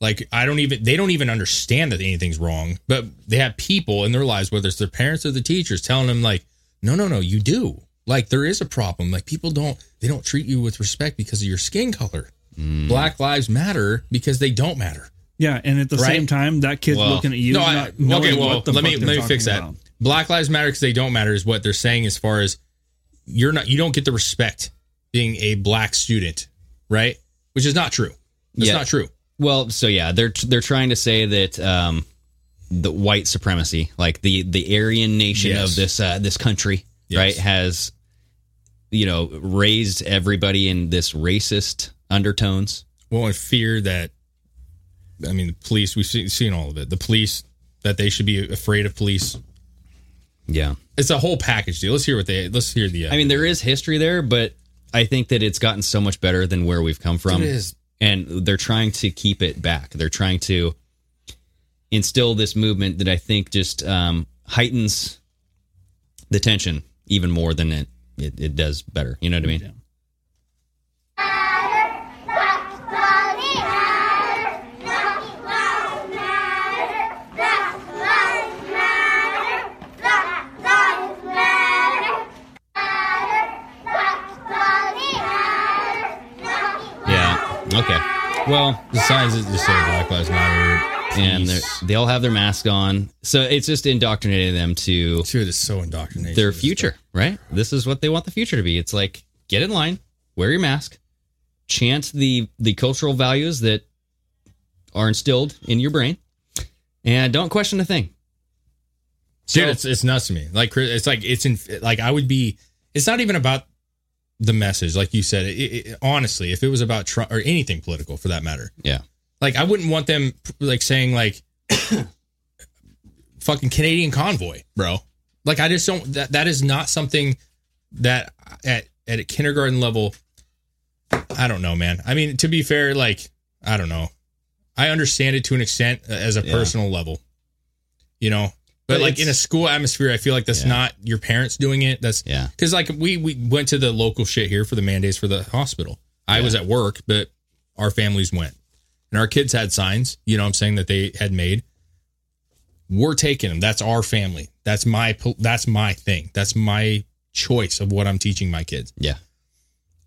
Speaker 6: Like I don't even they don't even understand that anything's wrong, but they have people in their lives whether it's their parents or the teachers telling them like no no no you do. Like there is a problem. Like people don't they don't treat you with respect because of your skin color. Black lives matter because they don't matter.
Speaker 8: Yeah, and at the
Speaker 6: Right?
Speaker 8: same time, that kid's
Speaker 6: Well,
Speaker 8: looking at you.
Speaker 6: No, I-
Speaker 8: not knowing
Speaker 6: okay, well,
Speaker 8: what the
Speaker 6: let
Speaker 8: fuck
Speaker 6: me
Speaker 8: they're
Speaker 6: let me
Speaker 8: talking
Speaker 6: fix that.
Speaker 8: about.
Speaker 6: Black lives matter because they don't matter is what they're saying. As far as you're not, you don't get the respect being a black student, right? Which is not true. It's
Speaker 7: Yeah.
Speaker 6: not true.
Speaker 7: Well, so yeah, they're they're trying to say that um, the white supremacy, like the the Aryan nation
Speaker 6: Yes.
Speaker 7: of this uh, this country,
Speaker 6: Yes.
Speaker 7: right, has you know raised everybody in this racist undertones.
Speaker 6: Well, I fear that. I mean, the police. We've seen, seen all of it. The police that they should be afraid of police.
Speaker 7: Yeah,
Speaker 6: It's a whole package deal. Let's hear what they. Let's hear the. Uh,
Speaker 7: I mean there is history there, but I think that it's gotten so much better than where we've come from.
Speaker 6: It is.
Speaker 7: and they're trying to keep it back. They're trying to instill this movement that I think just um, heightens the tension even more than it, it it does better. You know what I mean? Yeah. Okay. Well,
Speaker 6: the signs that just say Black Lives Matter,
Speaker 7: and
Speaker 6: peace.
Speaker 7: they're- they all have their mask on, so it's just indoctrinating them to
Speaker 6: dude, it's so indoctrinated.
Speaker 7: their future, right? This is what they want the future to be. It's like get in line, wear your mask, chant the the cultural values that are instilled in your brain, and don't question a thing.
Speaker 6: dude it's, it's nuts to me like Chris- it's like it's in like i would be it's not even about the message like you said it, it, it- honestly if it was about trump or anything political for that matter
Speaker 7: Yeah.
Speaker 6: like i wouldn't want them like saying like fucking canadian convoy bro like i just don't that, that is not something that at at a kindergarten level i don't know man i mean to be fair like i don't know i understand it to an extent uh, as a
Speaker 7: Yeah.
Speaker 6: personal level you know but,
Speaker 7: But
Speaker 6: like
Speaker 7: it's-
Speaker 6: in a school atmosphere i feel like that's
Speaker 7: Yeah.
Speaker 6: not your parents doing it that's
Speaker 7: Yeah.
Speaker 6: because like we we went to the local shit here for the mandates for the hospital i was at work but our families went and our kids had signs you know what i'm saying that they had made we're taking them that's our family that's my po- that's my thing that's my choice of what i'm teaching my kids
Speaker 7: Yeah.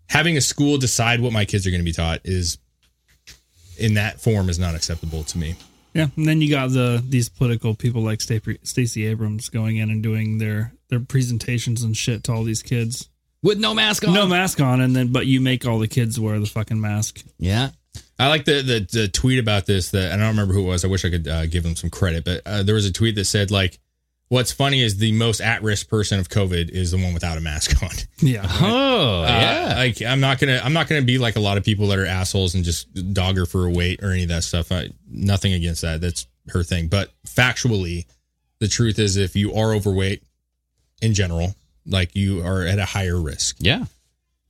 Speaker 6: having a school decide what my kids are going to be taught is in that form is not acceptable to me
Speaker 8: Yeah, and then you got the these political people like Sta- Stacey Abrams going in and doing their their presentations and shit to all these kids,
Speaker 7: With no mask on.
Speaker 8: no mask on, and then but you make all the kids wear the fucking mask.
Speaker 7: Yeah.
Speaker 6: I like the, the the tweet about this. That I don't remember who it was. I wish I could uh, give him some credit, but uh, there was a tweet that said like, "What's funny is the most at risk person of COVID is the one without a mask on."
Speaker 8: Yeah,
Speaker 7: Oh,
Speaker 6: Uh, like I'm not gonna I'm not gonna be like a lot of people that are assholes and just dog her for a weight or any of that stuff. I, nothing against that. That's her thing. But factually, the truth is, if you are overweight in general, like you are at a higher risk.
Speaker 7: Yeah.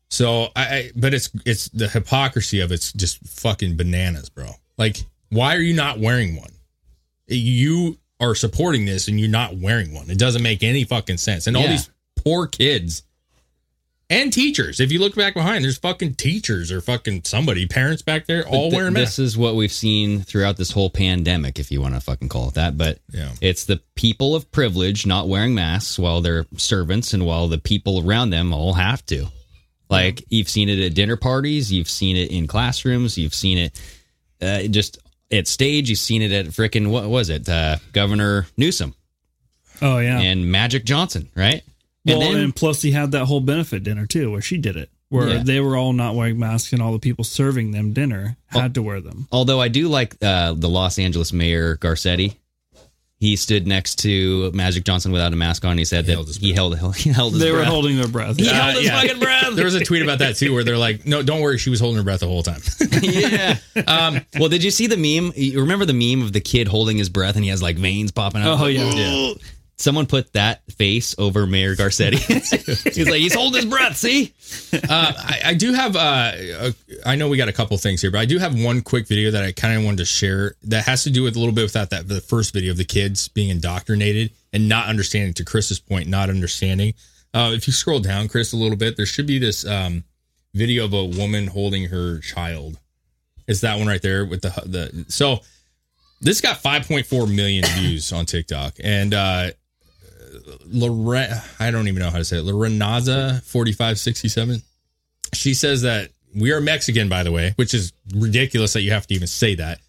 Speaker 6: So I, I but it's it's the hypocrisy of it's just fucking bananas, bro. Like, why are you not wearing one? You are supporting this and you're not wearing one. It doesn't make any fucking sense. And all
Speaker 7: Yeah.
Speaker 6: these poor kids and teachers. If you look back behind, there's fucking teachers or fucking somebody, parents back there, all
Speaker 7: But th-
Speaker 6: wearing
Speaker 7: This
Speaker 6: masks.
Speaker 7: is what we've seen throughout this whole pandemic, if you want to fucking call it that. But
Speaker 6: Yeah.
Speaker 7: it's the people of privilege not wearing masks while they're servants and while the people around them all have to. Like you've seen it at dinner parties, you've seen it in classrooms, you've seen it uh, just at stage, you've seen it at frickin' what was it, uh, Governor Newsom
Speaker 8: oh yeah.
Speaker 7: and Magic Johnson, right?
Speaker 8: well,
Speaker 7: and
Speaker 8: and,
Speaker 7: then
Speaker 8: plus he had that whole benefit dinner too, where she did it, where
Speaker 7: Yeah.
Speaker 8: they were all not wearing masks, and all the people serving them dinner
Speaker 7: Oh.
Speaker 8: had to wear them.
Speaker 7: Although I do like uh, the Los Angeles mayor Garcetti. He stood next to Magic Johnson without a mask on. He said that
Speaker 6: held his
Speaker 7: he held he held his
Speaker 8: They were
Speaker 7: breath.
Speaker 8: holding their breath.
Speaker 7: he
Speaker 6: Uh,
Speaker 7: held his
Speaker 6: yeah.
Speaker 7: fucking breath.
Speaker 6: There was a tweet about that too, where they're like, "No, don't worry, she was holding her breath the whole time."
Speaker 7: yeah. Um, well, did you see the meme? You remember the meme of the kid holding his breath and he has like veins popping out?
Speaker 8: Oh, yeah.
Speaker 7: Someone put that face over Mayor Garcetti. he's like, he's holding his breath. See?
Speaker 6: uh, I, I do have. Uh, a- I know we got a couple things here, but I do have one quick video that I kind of wanted to share that has to do with a little bit with that, that the first video of the kids being indoctrinated and not understanding. To Chris's point, not understanding. Uh, if you scroll down, Chris, a little bit, there should be this um, video of a woman holding her child. It's that one right there with the the. So this got 5.4 million views on TikTok, and uh, Loren, I don't even know how to say it. Lorenaza 4567 she says that we are Mexican, by the way, which is ridiculous that you have to even say that.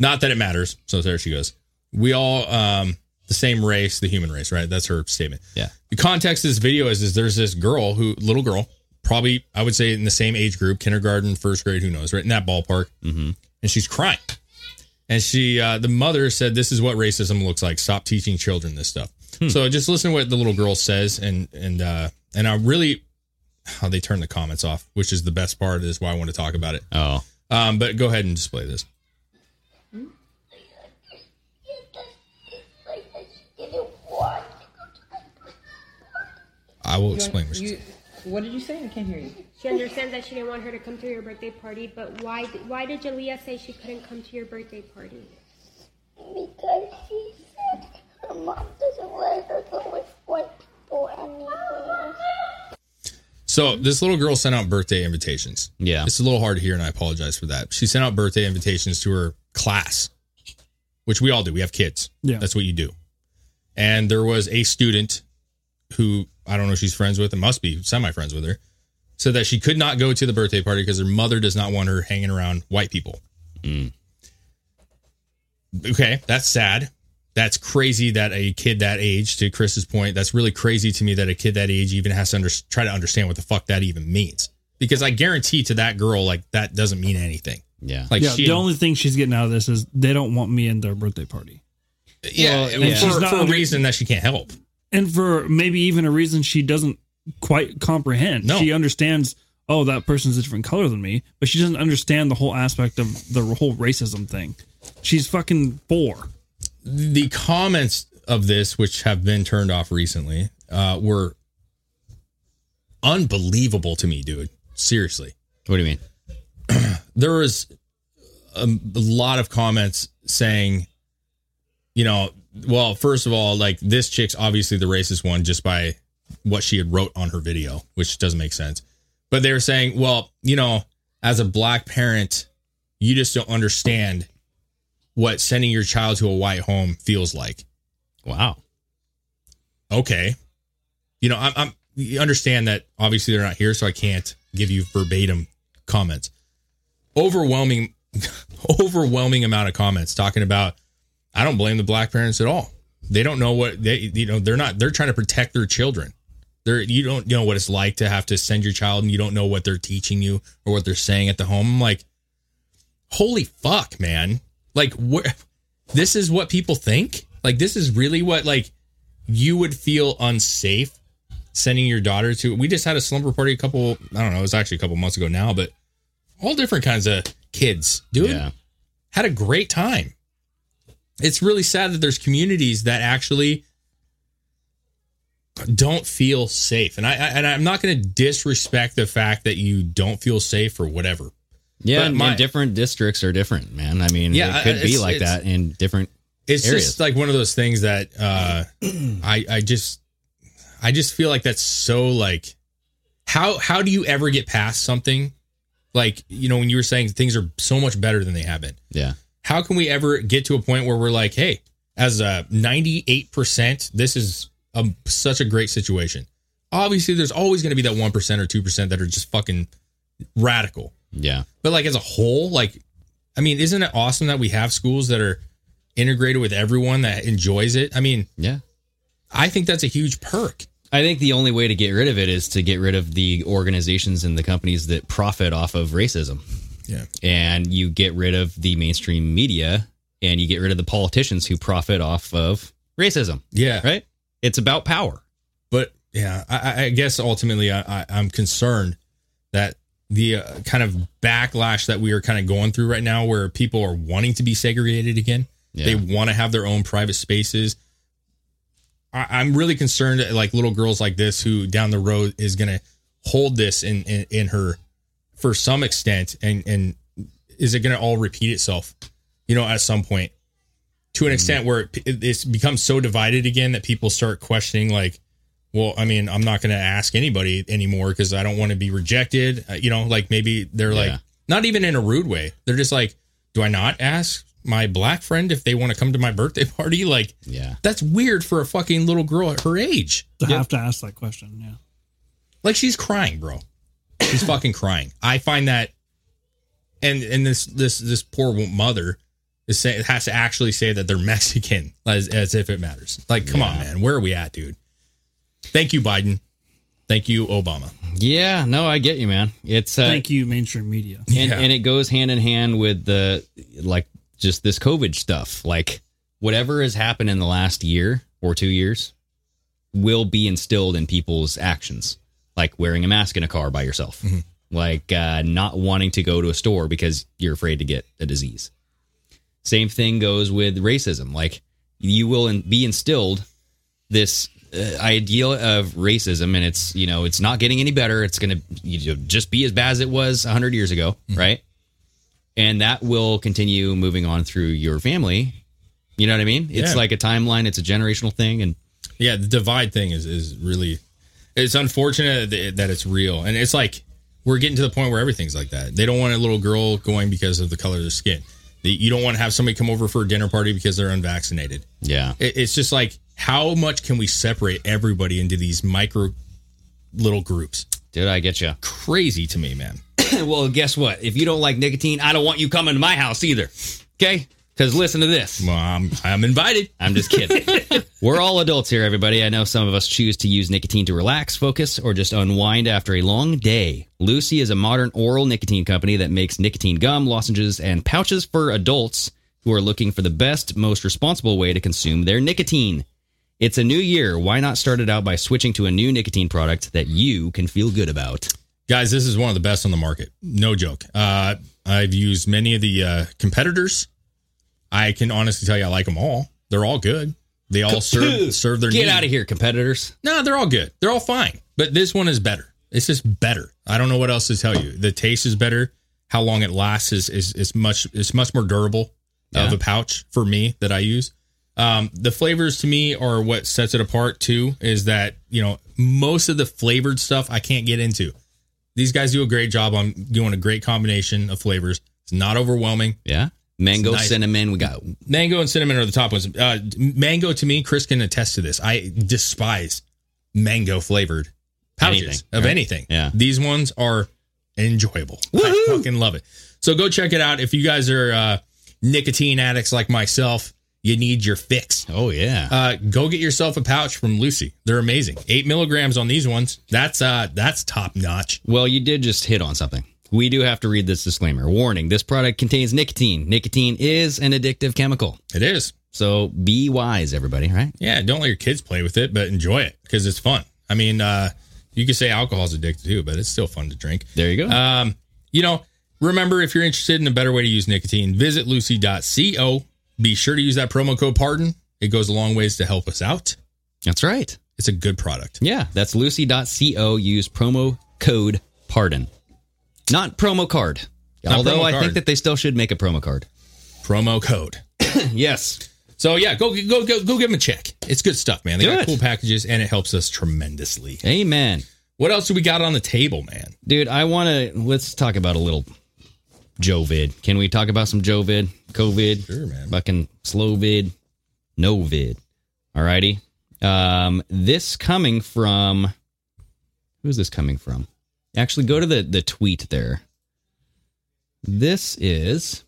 Speaker 6: Not that it matters. So there she goes. We all um the same race, the human race, right? That's her statement.
Speaker 7: Yeah.
Speaker 6: The context of this video is is there's this girl who little girl, probably I would say in the same age group, kindergarten, first grade, who knows, right? In that ballpark. Mm-hmm. And she's crying. And she uh the mother said this is what racism looks like. Stop teaching children this stuff. So just listen to what the little girl says and and uh and I really how they turn the comments off, which is the best part is why I want to talk about it.
Speaker 7: Oh.
Speaker 6: Um, but go ahead and display this. I will explain. what she said.
Speaker 9: What did you say? I can't hear you.
Speaker 10: She understands that she didn't want her to come to your birthday party, but why? Why did Jalea say she couldn't come to your birthday party?
Speaker 11: Because she said her mom doesn't let her go with white people anywhere.
Speaker 6: So this little girl sent out birthday invitations.
Speaker 7: Yeah.
Speaker 6: It's a little hard to hear, and I apologize for that. She sent out birthday invitations to her class, which we all do. We have kids.
Speaker 8: Yeah.
Speaker 6: That's what you do. And there was a student who I don't know if she's friends with, and must be semi friends with her, said that she could not go to the birthday party because her mother does not want her hanging around white people. Mm. Okay, that's sad. That's crazy that a kid that age, to Chris's point, that's really crazy to me that a kid that age even has to under, try to understand what the fuck that even means. Because I guarantee to that girl, like that doesn't mean anything.
Speaker 7: Yeah.
Speaker 6: Like
Speaker 8: yeah,
Speaker 6: she-
Speaker 8: the only thing she's getting out of this is they don't want me in their birthday party.
Speaker 6: Yeah,
Speaker 8: Well,
Speaker 6: and
Speaker 8: yeah.
Speaker 6: For,
Speaker 8: She's not
Speaker 6: for a
Speaker 8: under-
Speaker 6: reason that she can't help.
Speaker 8: And for maybe even a reason she doesn't quite comprehend.
Speaker 6: No.
Speaker 8: She understands, oh, that person's a different color than me, but she doesn't understand the whole aspect of the whole racism thing. She's fucking four.
Speaker 6: the comments of this, which have been turned off recently, uh, were unbelievable to me, dude. Seriously.
Speaker 7: What do you mean?
Speaker 6: there was a, a lot of comments saying, you know, well, first of all, like this chick's obviously the racist one just by what she had wrote on her video, which doesn't make sense. But they were saying, well, you know, as a black parent, you just don't understand what sending your child to a white home feels like.
Speaker 7: Wow.
Speaker 6: Okay. You know, I'm, I'm you understand that obviously they're not here, so I can't give you verbatim comments. Overwhelming, overwhelming amount of comments talking about. I don't blame the black parents at all. They don't know what they, you know, they're not. They're trying to protect their children. They're you don't know what it's like to have to send your child, and you don't know what they're teaching you or what they're saying at the home. I'm like, holy fuck, man! Like, where? This is what people think. Like, this is really what like you would feel unsafe sending your daughter to we just had a slumber party a couple i don't know it was actually a couple months ago now but all different kinds of kids dude
Speaker 7: Yeah.
Speaker 6: had a great time it's really sad that there's communities that actually don't feel safe and i, I and i'm not going to disrespect the fact that you don't feel safe or whatever
Speaker 7: Yeah,
Speaker 6: But
Speaker 7: and
Speaker 6: my-
Speaker 7: and different districts are different, man. I mean,
Speaker 6: Yeah,
Speaker 7: it could be
Speaker 6: it's-
Speaker 7: like
Speaker 6: it's-
Speaker 7: that in different
Speaker 6: it's
Speaker 7: areas.
Speaker 6: just like one of those things that uh i i just i just feel like that's so like how how do you ever get past something like you know when you were saying things are so much better than they have been
Speaker 7: yeah.
Speaker 6: how can we ever get to a point where we're like hey as a 98% this is a, such a great situation obviously there's always going to be that 1% or 2% that are just fucking radical
Speaker 7: Yeah.
Speaker 6: but like as a whole, like I mean, isn't it awesome that we have schools that are integrated with everyone that enjoys it? I mean,
Speaker 7: Yeah.
Speaker 6: I think that's a huge perk.
Speaker 7: I think the only way to get rid of it is to get rid of the organizations and the companies that profit off of racism.
Speaker 6: Yeah.
Speaker 7: And you get rid of the mainstream media and you get rid of the politicians who profit off of racism,
Speaker 6: Yeah.
Speaker 7: right? It's about power.
Speaker 6: But yeah, I, I- I guess ultimately I, I, I'm concerned that the uh, kind of backlash that we are kind of going through right now, where people are wanting to be segregated again,
Speaker 7: Yeah.
Speaker 6: they want to have their own private spaces. I, I'm really concerned that like little girls like this who down the road is going to hold this in, in in her for some extent, and and is it going to all repeat itself? You know, at some point, to an extent where it, it's become so divided again that people start questioning like well i mean i'm not going to ask anybody anymore because i don't want to be rejected Uh, you know like maybe they're
Speaker 7: Yeah.
Speaker 6: like not even in a rude way they're just like do i not ask my black friend if they want to come to my birthday party like
Speaker 7: Yeah.
Speaker 6: that's weird for a fucking little girl at her age
Speaker 8: To have to ask that question. Yeah.
Speaker 6: like she's crying bro she's fucking crying i find that and and this this this poor mother It say- it has to actually say that they're Mexican as, as if it matters. Like, come on, man. Where are we at, dude? Thank you, Biden. Thank you, Obama.
Speaker 7: Yeah, no, I get you, man. It's uh,
Speaker 8: Thank you, mainstream media.
Speaker 7: and, and it goes hand in hand with the like just this COVID stuff. Like whatever has happened in the last year or two years will be instilled in people's actions, like wearing a mask in a car by yourself,
Speaker 12: Mhm.
Speaker 7: like uh, not wanting to go to a store because you're afraid to get a disease. Same thing goes with racism. Like you will in, be instilled this uh, ideal of racism, and it's you know it's not getting any better. It's going to you know, just be as bad as it was hundred years ago, right? And that will continue moving on through your family. You know what I mean? It's
Speaker 6: Yeah.
Speaker 7: like a timeline. It's a generational thing, and
Speaker 6: Yeah, the divide thing is is really it's unfortunate that that it's real, and it's like we're getting to the point where everything's like that. They don't want a little girl going because of the color of their skin. They- You don't want to have somebody come over for a dinner party because they're unvaccinated.
Speaker 7: Yeah,
Speaker 6: It- it's just like how much can we separate everybody into these micro little groups?
Speaker 7: Dude, I get you.
Speaker 6: Crazy to me, man.
Speaker 7: well, guess what? If you don't like nicotine, I don't want you coming to my house either. Okay? Because listen to this.
Speaker 6: Well, I'm, I'm invited.
Speaker 7: I'm just kidding. We're all adults here, everybody. I know some of us choose to use nicotine to relax, focus, or just unwind after a long day. Lucy is a modern oral nicotine company that makes nicotine gum, lozenges, and pouches for adults who are looking for the best, most responsible way to consume their nicotine. It's a new year. Why not start it out by switching to a new nicotine product that you can feel good about?
Speaker 6: Guys, this is one of the best on the market. No joke. Uh, I've used many of the uh, competitors. I can honestly tell you, I like them all. They're all good. They all serve serve their
Speaker 7: Get
Speaker 6: need.
Speaker 7: out of here, competitors.
Speaker 6: No, they're all good. They're all fine. But this one is better. It's just better. I don't know what else to tell you. The taste is better. How long it lasts is is, is much it's much more durable of
Speaker 7: Yeah.
Speaker 6: a pouch for me that I use. Um, the flavors to me are what sets it apart too. Is that you know most of the flavored stuff I can't get into. These guys do a great job on doing a great combination of flavors. It's not overwhelming.
Speaker 7: Yeah, mango,
Speaker 6: It's nice.
Speaker 7: cinnamon. We got
Speaker 6: Mango and cinnamon are the top ones. Uh, mango to me, Chris can attest to this. I despise mango flavored pouches
Speaker 7: Anything,
Speaker 6: of
Speaker 7: right?
Speaker 6: anything.
Speaker 7: Yeah.
Speaker 6: These ones are enjoyable. I fucking love it. So go check it out. If you guys are uh, nicotine addicts like myself, you need your fix.
Speaker 7: Oh yeah.
Speaker 6: Uh, go get yourself a pouch from Lucy. They're amazing. Eight milligrams on these ones. That's uh that's top notch.
Speaker 7: Well, you did just hit on something. We do have to read this disclaimer. Warning this product contains nicotine. Nicotine is an addictive chemical.
Speaker 6: It is.
Speaker 7: So be wise, everybody, right?
Speaker 6: Yeah, don't let your kids play with it, but enjoy it because it's fun. I mean, uh, you could say alcohol's addictive too, but it's still fun to drink.
Speaker 7: There you go.
Speaker 6: Um, you know, remember if you're interested in a better way to use nicotine, visit lucy.co. Be sure to use that promo code pardon. It goes a long ways to help us out.
Speaker 7: That's right.
Speaker 6: It's a good product.
Speaker 7: Yeah, that's lucy.co. Use promo code pardon, not promo card.
Speaker 6: Not
Speaker 7: Although
Speaker 6: promo
Speaker 7: I think
Speaker 6: card.
Speaker 7: that they still should make a promo card.
Speaker 6: Promo code.
Speaker 7: yes.
Speaker 6: So yeah, go go go go give them a check. It's good stuff, man. They
Speaker 7: Do
Speaker 6: got
Speaker 7: it.
Speaker 6: cool packages and it helps us tremendously.
Speaker 7: Amen.
Speaker 6: What else do we got on the table, man?
Speaker 7: Dude, I want to let's talk about a little Jovid. Can we talk about some Jovid? COVID.
Speaker 6: Sure, man.
Speaker 7: Fucking slow vid. No vid. Alrighty. Um, this coming from who's this coming from? Actually, go to the the tweet there. This is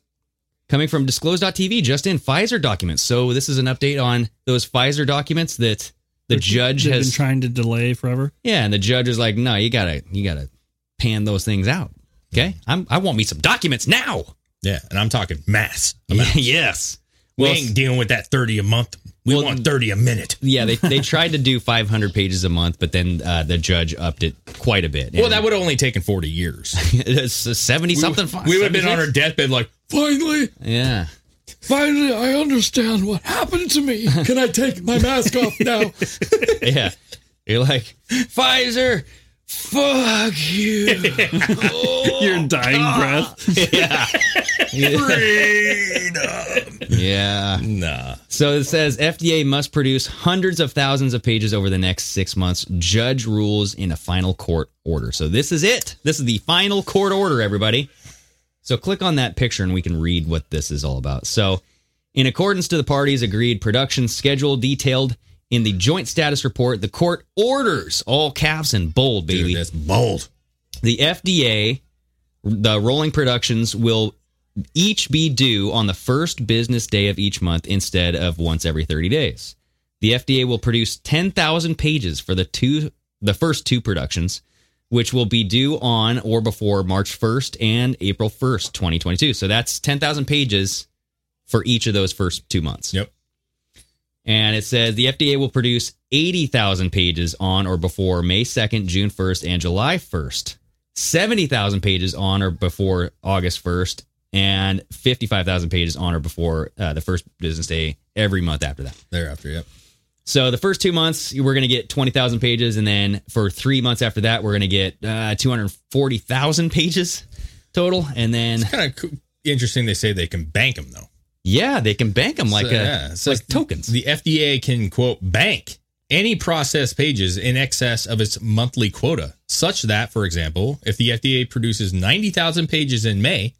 Speaker 7: coming from disclose.tv just in Pfizer documents. So this is an update on those Pfizer documents that the judge
Speaker 8: They've
Speaker 7: has
Speaker 8: been trying to delay forever.
Speaker 7: yeah, and the judge is like, "No, you gotta, you gotta pan those things out." Okay, I'm, I want me some documents now.
Speaker 6: Yeah, and I'm talking mass.
Speaker 7: yes. Well,
Speaker 6: we ain't dealing with that 30 a month. We want 30 a minute.
Speaker 7: yeah, they they tried to do 500 pages a month, but then uh, the judge upped it quite a bit.
Speaker 6: Well, that would have only taken 40 years.
Speaker 7: was 70 something.
Speaker 6: We, would have been on our deathbed like,
Speaker 12: Finally,
Speaker 7: Yeah.
Speaker 12: finally, I understand what happened to me. Can I take my mask off now?
Speaker 7: yeah. You're like, Pfizer, fuck you.
Speaker 8: Your dying
Speaker 7: Ah!
Speaker 8: breath.
Speaker 7: yeah. Yeah.
Speaker 6: Nah.
Speaker 7: So it says FDA must produce hundreds of thousands of pages over the next six months. Judge rules in a final court order. So this is it. This is the final court order, everybody. So click on that picture and we can read what this is all about. So, in accordance to the parties' agreed production schedule detailed in the joint status report, the court orders all caps and bold, baby.
Speaker 6: that's bold.
Speaker 7: The FDA, the rolling productions will each be due on the first business day of each month instead of once every 30 days. The FDA will produce 10,000 pages for the two the first two productions which will be due on or before March 1st and April 1st, 2022. So that's 10,000 pages for each of those first 2 months.
Speaker 6: Yep.
Speaker 7: And it says the FDA will produce 80,000 pages on or before May 2nd, June 1st, and July 1st, 70,000 pages on or before August 1st, and 55,000 pages on or before uh, the first business day every month after that.
Speaker 6: Thereafter, yep.
Speaker 7: So the first two months, we're going to get 20,000 pages. And then for three months after that, we're going to get uh, 240,000 pages total. And then. It's
Speaker 6: kind of interesting they say they can bank them, though.
Speaker 7: Yeah, they can bank them like,
Speaker 6: So,
Speaker 7: a,
Speaker 6: yeah, it says
Speaker 7: like tokens.
Speaker 6: The FDA can quote bank any processed pages in excess of its monthly quota, such that, for example, if the FDA produces ninety thousand pages in May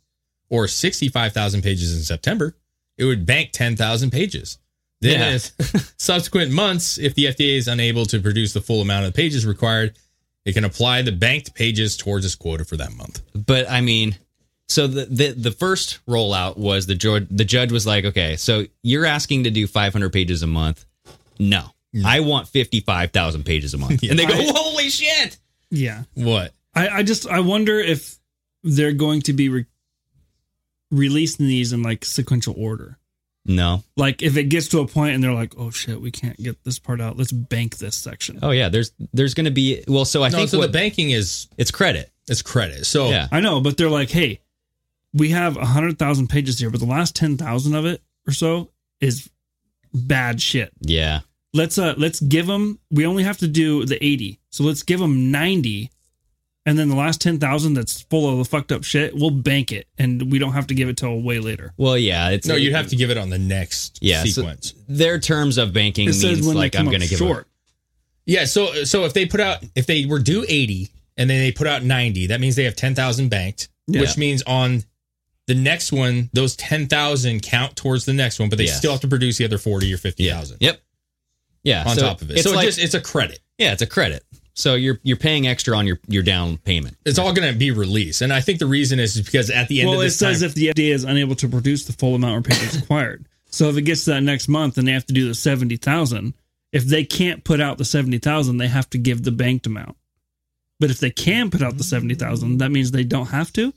Speaker 6: or sixty-five thousand pages in September, it would bank ten thousand pages. Then,
Speaker 7: Yeah.
Speaker 6: as subsequent months, if the FDA is unable to produce the full amount of pages required, it can apply the banked pages towards its quota for that month.
Speaker 7: But I mean, so the, the the first rollout was the judge. The judge was like, okay, so you're asking to do 500 pages a month. No, I want 55,000 pages a month. And they go,
Speaker 8: I-
Speaker 7: holy shit!
Speaker 8: Yeah.
Speaker 6: What?
Speaker 8: I, I just I wonder if they're going to be re- releasing these in like sequential order.
Speaker 7: No.
Speaker 8: Like if it gets to a point and they're like, oh shit, we can't get this part out. Let's bank this section.
Speaker 7: Oh yeah, there's there's going to be well. So I
Speaker 8: No,
Speaker 7: think
Speaker 8: so the
Speaker 6: banking is
Speaker 7: it's credit.
Speaker 6: It's credit. So
Speaker 7: yeah,
Speaker 8: I know, but they're like, hey, we have a hundred thousand pages here, but the last ten thousand of it or so is bad shit.
Speaker 7: yeah.
Speaker 8: Let's uh let's give them. We only have to do the eighty, so let's give them ninety, and then the last ten thousand that's full of the fucked up shit, we'll bank it, and we don't have to give it till way later.
Speaker 7: Well, yeah. It's
Speaker 6: no, you'd have to give it on the next
Speaker 7: yeah so
Speaker 6: sequence.
Speaker 7: their terms of banking
Speaker 6: It says
Speaker 7: means
Speaker 6: when they
Speaker 7: like I'm
Speaker 6: come up
Speaker 7: going to give
Speaker 6: short.
Speaker 7: short.
Speaker 6: Yeah, so so if they put out if they were due 80 and then they put out 90, that means they have 10,000 banked,
Speaker 7: Yeah.
Speaker 6: which means on the next one those 10,000 count towards the next one, but they
Speaker 7: Yes.
Speaker 6: still have to produce the other 40 or 50,000.
Speaker 7: Yep. Yeah,
Speaker 6: On
Speaker 7: so
Speaker 6: top of it.
Speaker 7: it's
Speaker 6: so
Speaker 7: like-
Speaker 6: it just it's a credit.
Speaker 7: Yeah, it's a credit. So you're you're paying extra on your your down payment.
Speaker 6: It's all going to be released. And I think the reason is because at the end
Speaker 8: well,
Speaker 6: of
Speaker 8: it
Speaker 6: this time,
Speaker 8: says if the FDA is unable to produce the full amount of pages required. So if it gets to that next month and they have to do the seventy thousand, if they can't put out the seventy thousand, they have to give the banked amount. But if they can put out the seventy thousand, that means they don't have to.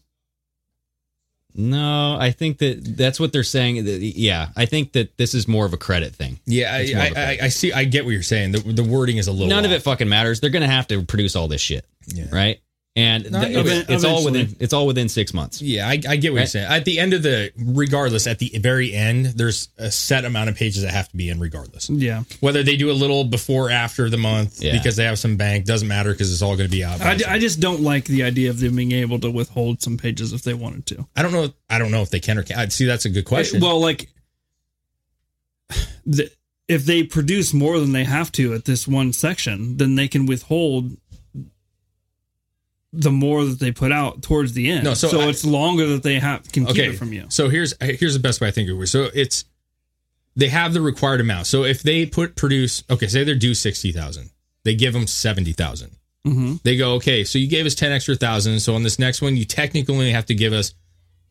Speaker 7: No, I think that that's what they're saying. that- Yeah, I think that this is more of a credit thing.
Speaker 6: yeah,
Speaker 7: It's more
Speaker 6: I,
Speaker 7: of a
Speaker 6: I, I, I see I get what you're saying. The, the wording is a little
Speaker 7: None of it fucking matters. They're going to have to produce all this shit, right? And
Speaker 6: No, I
Speaker 7: th-
Speaker 6: know
Speaker 7: it's,
Speaker 6: it.
Speaker 7: it's all
Speaker 6: Eventually.
Speaker 7: within it's all within six months.
Speaker 6: Yeah, I, I get what you're
Speaker 7: Right.
Speaker 6: saying. At the end of the, regardless, at the very end, there's a set amount of pages that have to be in, regardless.
Speaker 8: Yeah.
Speaker 6: Whether they do a little before, or after the month,
Speaker 8: Yeah.
Speaker 6: because they have some bank, doesn't matter because it's all going to be out.
Speaker 8: I, I just don't like the idea of them being able to withhold some pages if they wanted to.
Speaker 6: I don't know. I don't know if they can or can't. See, that's a good question.
Speaker 8: well, like, the, if they produce more than they have to at this one section, then they can withhold the more that they put out towards the end.
Speaker 6: No, so I-
Speaker 8: it's longer that they have can keep it from you.
Speaker 6: So here's here's the best way I think it was. So it's they have the required amount. So if they put produce, okay, say they're due sixty thousand, they give them seventy thousand.
Speaker 8: Mm-hmm.
Speaker 6: They go, okay, so you gave us ten extra thousand. So on this next one, you technically only have to give us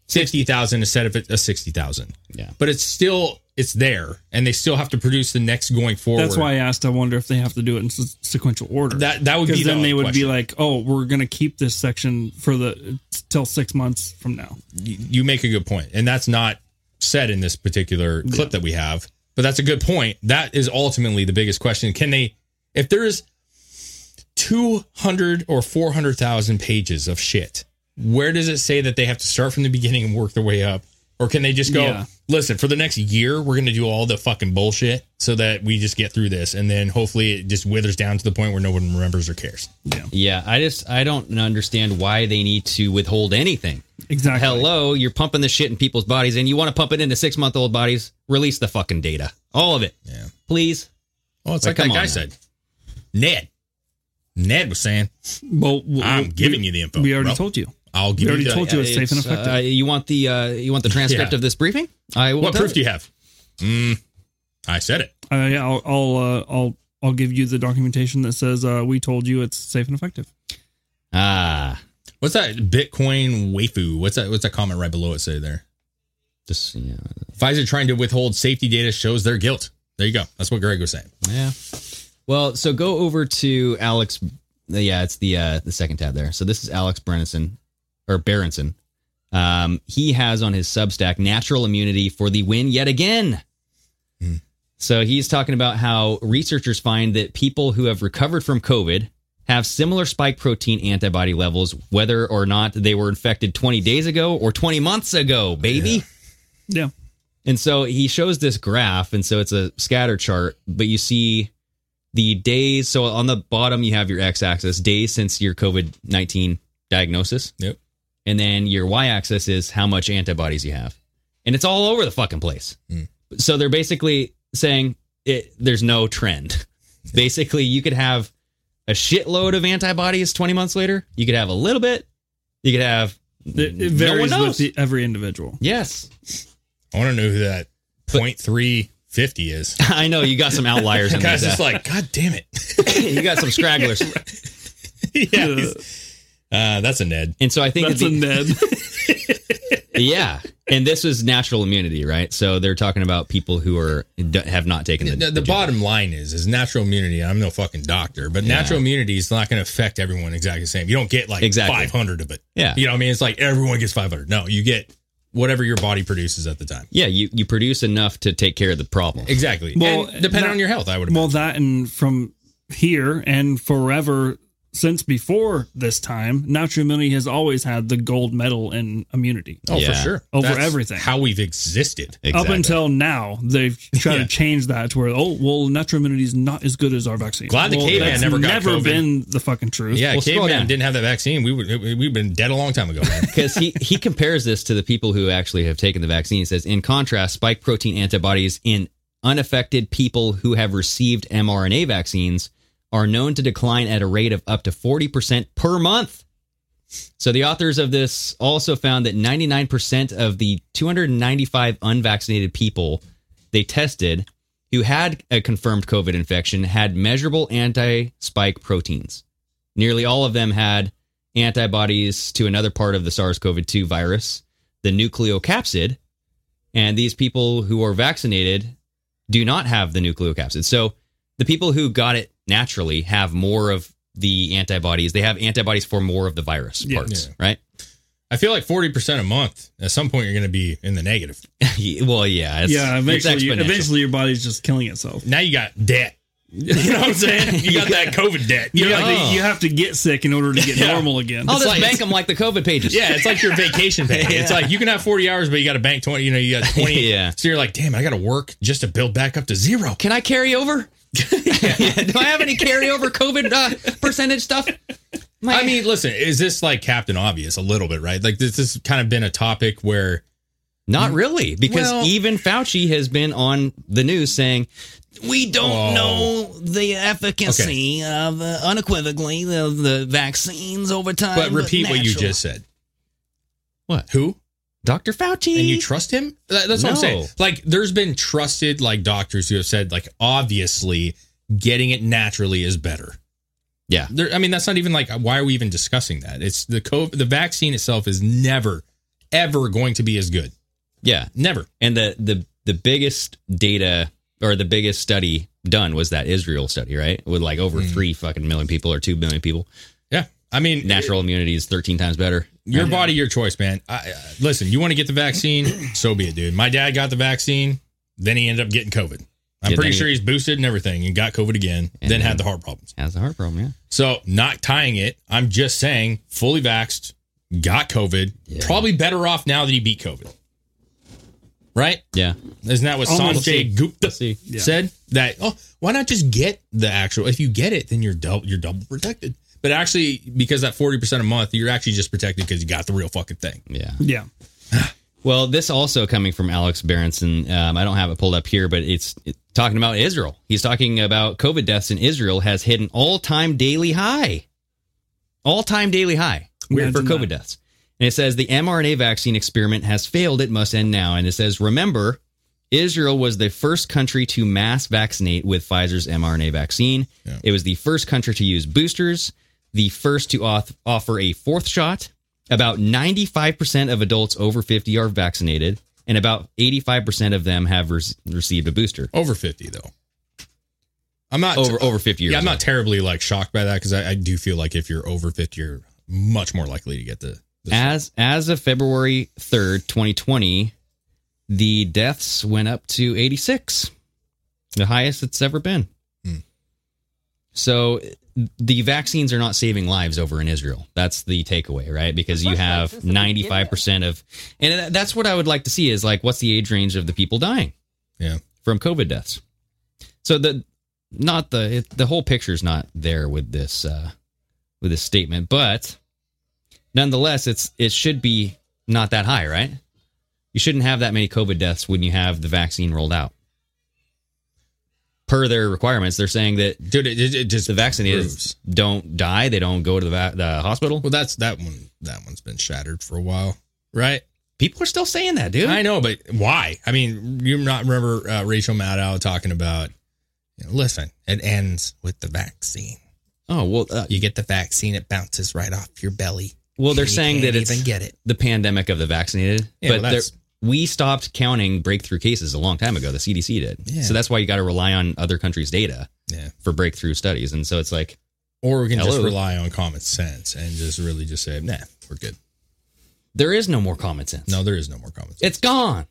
Speaker 6: fifty thousand instead of a sixty thousand.
Speaker 7: Yeah,
Speaker 6: but it's still it's there, and they still have to produce the next going forward.
Speaker 8: That's why I asked. I wonder if they have to do it in s- sequential order.
Speaker 6: That- that would be
Speaker 8: 'Cause
Speaker 6: the
Speaker 8: then they
Speaker 6: only
Speaker 8: would be
Speaker 6: question.
Speaker 8: like, "Oh, we're going to keep this section for the till six months from now."
Speaker 6: you you make a good point, and that's not said in this particular clip that we have. But that's a good point. That is ultimately the biggest question. Can they, if there is two hundred or four hundred thousand pages of shit, where does it say that they have to start from the beginning and work their way up, or can they just go?
Speaker 8: Yeah.
Speaker 6: Listen, for the next year, we're going to do all the fucking bullshit so that we just get through this, and then hopefully it just withers down to the point where no one remembers or cares.
Speaker 7: Yeah, I just I don't understand why they need to withhold anything.
Speaker 8: Exactly.
Speaker 7: Hello, you're pumping the shit in people's bodies, and you want to pump it into six month old bodies. Release the fucking data, all of it.
Speaker 6: Yeah,
Speaker 7: please.
Speaker 6: Well, Oh, it's like that guy said. Ned. Ned was saying,
Speaker 8: "Well,
Speaker 6: I'm giving you the info.
Speaker 8: we already
Speaker 6: bro.
Speaker 8: told you.
Speaker 6: I'll give
Speaker 8: We already
Speaker 6: you the,
Speaker 8: told you it's safe and
Speaker 7: It's,
Speaker 8: effective.
Speaker 7: uh, you want the uh, you want the transcript
Speaker 6: Yeah.
Speaker 7: of this briefing? I will
Speaker 6: What
Speaker 7: tell
Speaker 6: proof do you have? Mm, I said it.
Speaker 8: Uh, yeah, I'll I'll, uh, I'll I'll give you the documentation that says uh, we told you it's safe and effective.
Speaker 7: Ah,
Speaker 6: what's that Bitcoin waifu? What's that? What's that comment right below it say there?
Speaker 7: Just yeah.
Speaker 6: Pfizer trying to withhold safety data shows their guilt. There you go. That's what Greg was saying.
Speaker 7: Yeah. Well, so go over to Alex. Yeah, it's the uh, the second tab there. So this is Alex Brenison or Berenson. Um, he has on his Substack natural immunity for the win yet again. So he's talking about how researchers find that people who have recovered from COVID have similar spike protein antibody levels, whether or not they were infected 20 days ago or 20 months ago, baby.
Speaker 8: Yeah.
Speaker 7: And so he shows this graph, and so it's a scatter chart, but you see the days. So on the bottom, you have your x axis, days since your COVID 19 diagnosis.
Speaker 6: Yep.
Speaker 7: And then your y axis is how much antibodies you have. And it's all over the fucking place. So they're basically saying it, there's no trend. basically, you could have a shitload of antibodies 20 months later, you could have a little bit, you could have.
Speaker 8: It, it
Speaker 7: no one
Speaker 8: varies
Speaker 7: knows.
Speaker 8: with the, every individual.
Speaker 7: Yes.
Speaker 6: I want to know who that point three fifty is.
Speaker 7: I know you got some outliers in there,
Speaker 6: Guys,
Speaker 7: Zach.
Speaker 6: it's like, God damn it.
Speaker 7: you got some scragglers.
Speaker 6: yeah. he's- Uh, that's a Ned.
Speaker 7: And so I think
Speaker 8: That's
Speaker 7: that
Speaker 8: a
Speaker 7: the-
Speaker 8: Ned.
Speaker 7: yeah. And this is natural immunity, right? So they're talking about people who are d- have not taken the,
Speaker 6: The,
Speaker 7: the
Speaker 6: the bottom line is is natural immunity. I'm no fucking doctor, but natural immunity is not going to affect everyone exactly the same. You don't get like
Speaker 7: Exactly.
Speaker 6: 500 of it.
Speaker 7: Yeah.
Speaker 6: you know what I mean. It's like everyone gets 500. No, you get whatever your body produces at the time.
Speaker 7: Yeah, you, you produce enough to take care of the problem.
Speaker 6: Exactly.
Speaker 8: Well,
Speaker 6: and depending
Speaker 8: that-
Speaker 6: on your health, I would.
Speaker 8: Well, that and from here and forever since before this time, natural immunity has always had the gold medal in immunity.
Speaker 6: Oh, for sure.
Speaker 8: Over
Speaker 6: That's
Speaker 8: everything.
Speaker 6: How we've existed.
Speaker 8: Up until now, they've tried to change that to where oh well, natural immunity is not as good as our vaccine.
Speaker 6: Glad the
Speaker 8: well,
Speaker 6: caveman
Speaker 8: that's
Speaker 6: never got
Speaker 8: never
Speaker 6: COVID.
Speaker 8: been the fucking truth.
Speaker 6: Yeah,
Speaker 7: Well, scroll
Speaker 6: caveman
Speaker 7: down.
Speaker 6: didn't have that vaccine. We would we- we've been dead a long time ago. Man.
Speaker 7: Because he, he compares this to the people who actually have taken the vaccine. He says, in contrast, spike protein antibodies in unaffected people who have received mRNA vaccines are known to decline at a rate of up to 40% per month. So the authors of this also found that 99% of the 295 unvaccinated people they tested who had a confirmed COVID infection had measurable anti-spike proteins. Nearly all of them had antibodies to another part of the SARS-CoV-2 virus, the nucleocapsid, and these people who are vaccinated do not have the nucleocapsid. So the people who got it naturally have more of the antibodies. They have antibodies for more of the virus
Speaker 6: Yeah.
Speaker 7: parts,
Speaker 6: Yeah.
Speaker 7: right?
Speaker 6: I feel like forty percent a month. At some point, you're going to be in the negative.
Speaker 7: well, yeah, it's,
Speaker 8: yeah, eventually,
Speaker 7: it's
Speaker 8: you-
Speaker 7: exponential.
Speaker 8: eventually your body's just killing itself.
Speaker 6: Now you got debt. You know what I'm saying? You got that COVID debt. You
Speaker 8: You,
Speaker 6: know,
Speaker 8: have
Speaker 6: like-
Speaker 8: to- you have to get sick in order to get
Speaker 6: Yeah.
Speaker 8: normal again.
Speaker 7: I'll
Speaker 6: It's
Speaker 7: just
Speaker 6: like-
Speaker 7: bank them like the COVID pages.
Speaker 6: Yeah, it's like your vacation pay. It's like you can have 40 hours, but you got to bank 20. You know, you got 20.
Speaker 7: Yeah.
Speaker 6: So you're like, damn, I got to work just to build back up to zero.
Speaker 7: Can I carry over? Do I have any carryover COVID uh, percentage stuff? My-
Speaker 6: I mean, listen, is this like Captain Obvious a little bit, right? Like this has kind of been a topic where
Speaker 7: Not really, because
Speaker 6: Well-
Speaker 7: even Fauci has been on the news saying we don't
Speaker 6: Oh.
Speaker 7: know the efficacy of uh, unequivocally the, the vaccines over time.
Speaker 6: but repeat what you
Speaker 7: Uh, natural."
Speaker 6: just said.
Speaker 7: What?
Speaker 6: Who?
Speaker 7: Dr. Fauci?
Speaker 6: And you trust him? That- That's what I'm
Speaker 7: No.
Speaker 6: saying. Like there's been trusted like doctors who have said like obviously getting it naturally is better.
Speaker 7: yeah.
Speaker 6: There, I mean, that's not even like why are we even discussing that? It's the COVID, the vaccine itself is never ever going to be as good.
Speaker 7: Yeah.
Speaker 6: Never.
Speaker 7: And the the the biggest data or the biggest study done was that Israel study, right? With like over three fucking million people or two million people.
Speaker 6: Yeah. I mean,
Speaker 7: Natural immunity is thirteen times better.
Speaker 6: Your body, your choice, man. I, uh, listen, you want to get the vaccine, so be it, dude. My dad got the vaccine, then he ended up getting COVID. I'm
Speaker 7: Yeah,
Speaker 6: pretty
Speaker 7: then he-
Speaker 6: sure he's boosted and everything and got COVID again,
Speaker 7: And then-
Speaker 6: then had the heart problems.
Speaker 7: Has the heart problem, yeah.
Speaker 6: So, not tying it, I'm just saying fully vaxxed, got COVID,
Speaker 7: Yeah.
Speaker 6: probably better off now that he beat COVID. Right?
Speaker 7: Yeah.
Speaker 6: Isn't that what
Speaker 8: Almost.
Speaker 6: Sanjay Gupta
Speaker 7: Let's see.
Speaker 8: Yeah.
Speaker 6: said? That, oh, why not just get the actual? If you get it, then you're double, you're double protected. But actually, because that 40% a month, you're actually just protected because you got the real fucking thing.
Speaker 7: Yeah.
Speaker 8: Yeah.
Speaker 7: Well, this also coming from Alex Berenson. Um, I don't have it pulled up here, but it's it's talking about Israel. He's talking about COVID deaths in Israel has hit an all time daily high. All time daily high Weird for
Speaker 8: Imagine
Speaker 7: COVID
Speaker 8: that.
Speaker 7: deaths. And it says the mRNA vaccine experiment has failed. It must end now. And it says, remember, Israel was the first country to mass vaccinate with Pfizer's mRNA vaccine.
Speaker 6: Yeah.
Speaker 7: It was the first country to use boosters, the first to auth- offer a fourth shot. About 95% of adults over 50 are vaccinated. and about 85% of them have res- received a booster.
Speaker 6: Over 50 though. I'm not
Speaker 7: over over 50 years.
Speaker 6: Yeah, I'm
Speaker 7: old.
Speaker 6: not terribly like shocked by that because I, I do feel like if you're over 50, you're much more likely to get the.
Speaker 7: as as of February 3rd, 2020, the deaths went up to 86. The highest it's ever been. So the vaccines are not saving lives over in Israel. That's the takeaway, right? Because you have 95% of and tha- that's what I would like to see is like what's the age range of the people dying?
Speaker 6: Yeah.
Speaker 7: From COVID deaths. So the not the it, the whole picture's not there with this uh with this statement, but nonetheless, it's it should be not that high, right? You shouldn't have that many COVID deaths when you have the vaccine rolled out. Per their requirements, they're saying that
Speaker 6: dude, it, just
Speaker 7: the vaccinated don't die; they don't go to the, va- the hospital.
Speaker 6: Well, that's that one. That one's been shattered for a while, right?
Speaker 7: People are still saying that, dude.
Speaker 6: I know, but why? I mean, you not remember uh, Rachel Maddow talking about? You know, Listen, it ends with the vaccine.
Speaker 7: Oh well, uh,
Speaker 6: you get the vaccine, it bounces right off your belly.
Speaker 7: Well, they're
Speaker 6: and you
Speaker 7: saying
Speaker 6: can't
Speaker 7: that it's
Speaker 6: even get it.
Speaker 7: the pandemic of the vaccinated,
Speaker 6: Yeah, well,
Speaker 7: but they're-
Speaker 6: that's-
Speaker 7: we stopped counting breakthrough cases a long time ago. The CDC did,
Speaker 6: Yeah.
Speaker 7: so that's why you got to rely on other countries' data
Speaker 6: Yeah.
Speaker 7: for breakthrough studies. And so it's like,
Speaker 6: Or we can just
Speaker 7: Hello.
Speaker 6: rely on common sense and just really just say, nah, we're good.
Speaker 7: There is no more common sense.
Speaker 6: No, there is no more common sense.
Speaker 7: It's gone.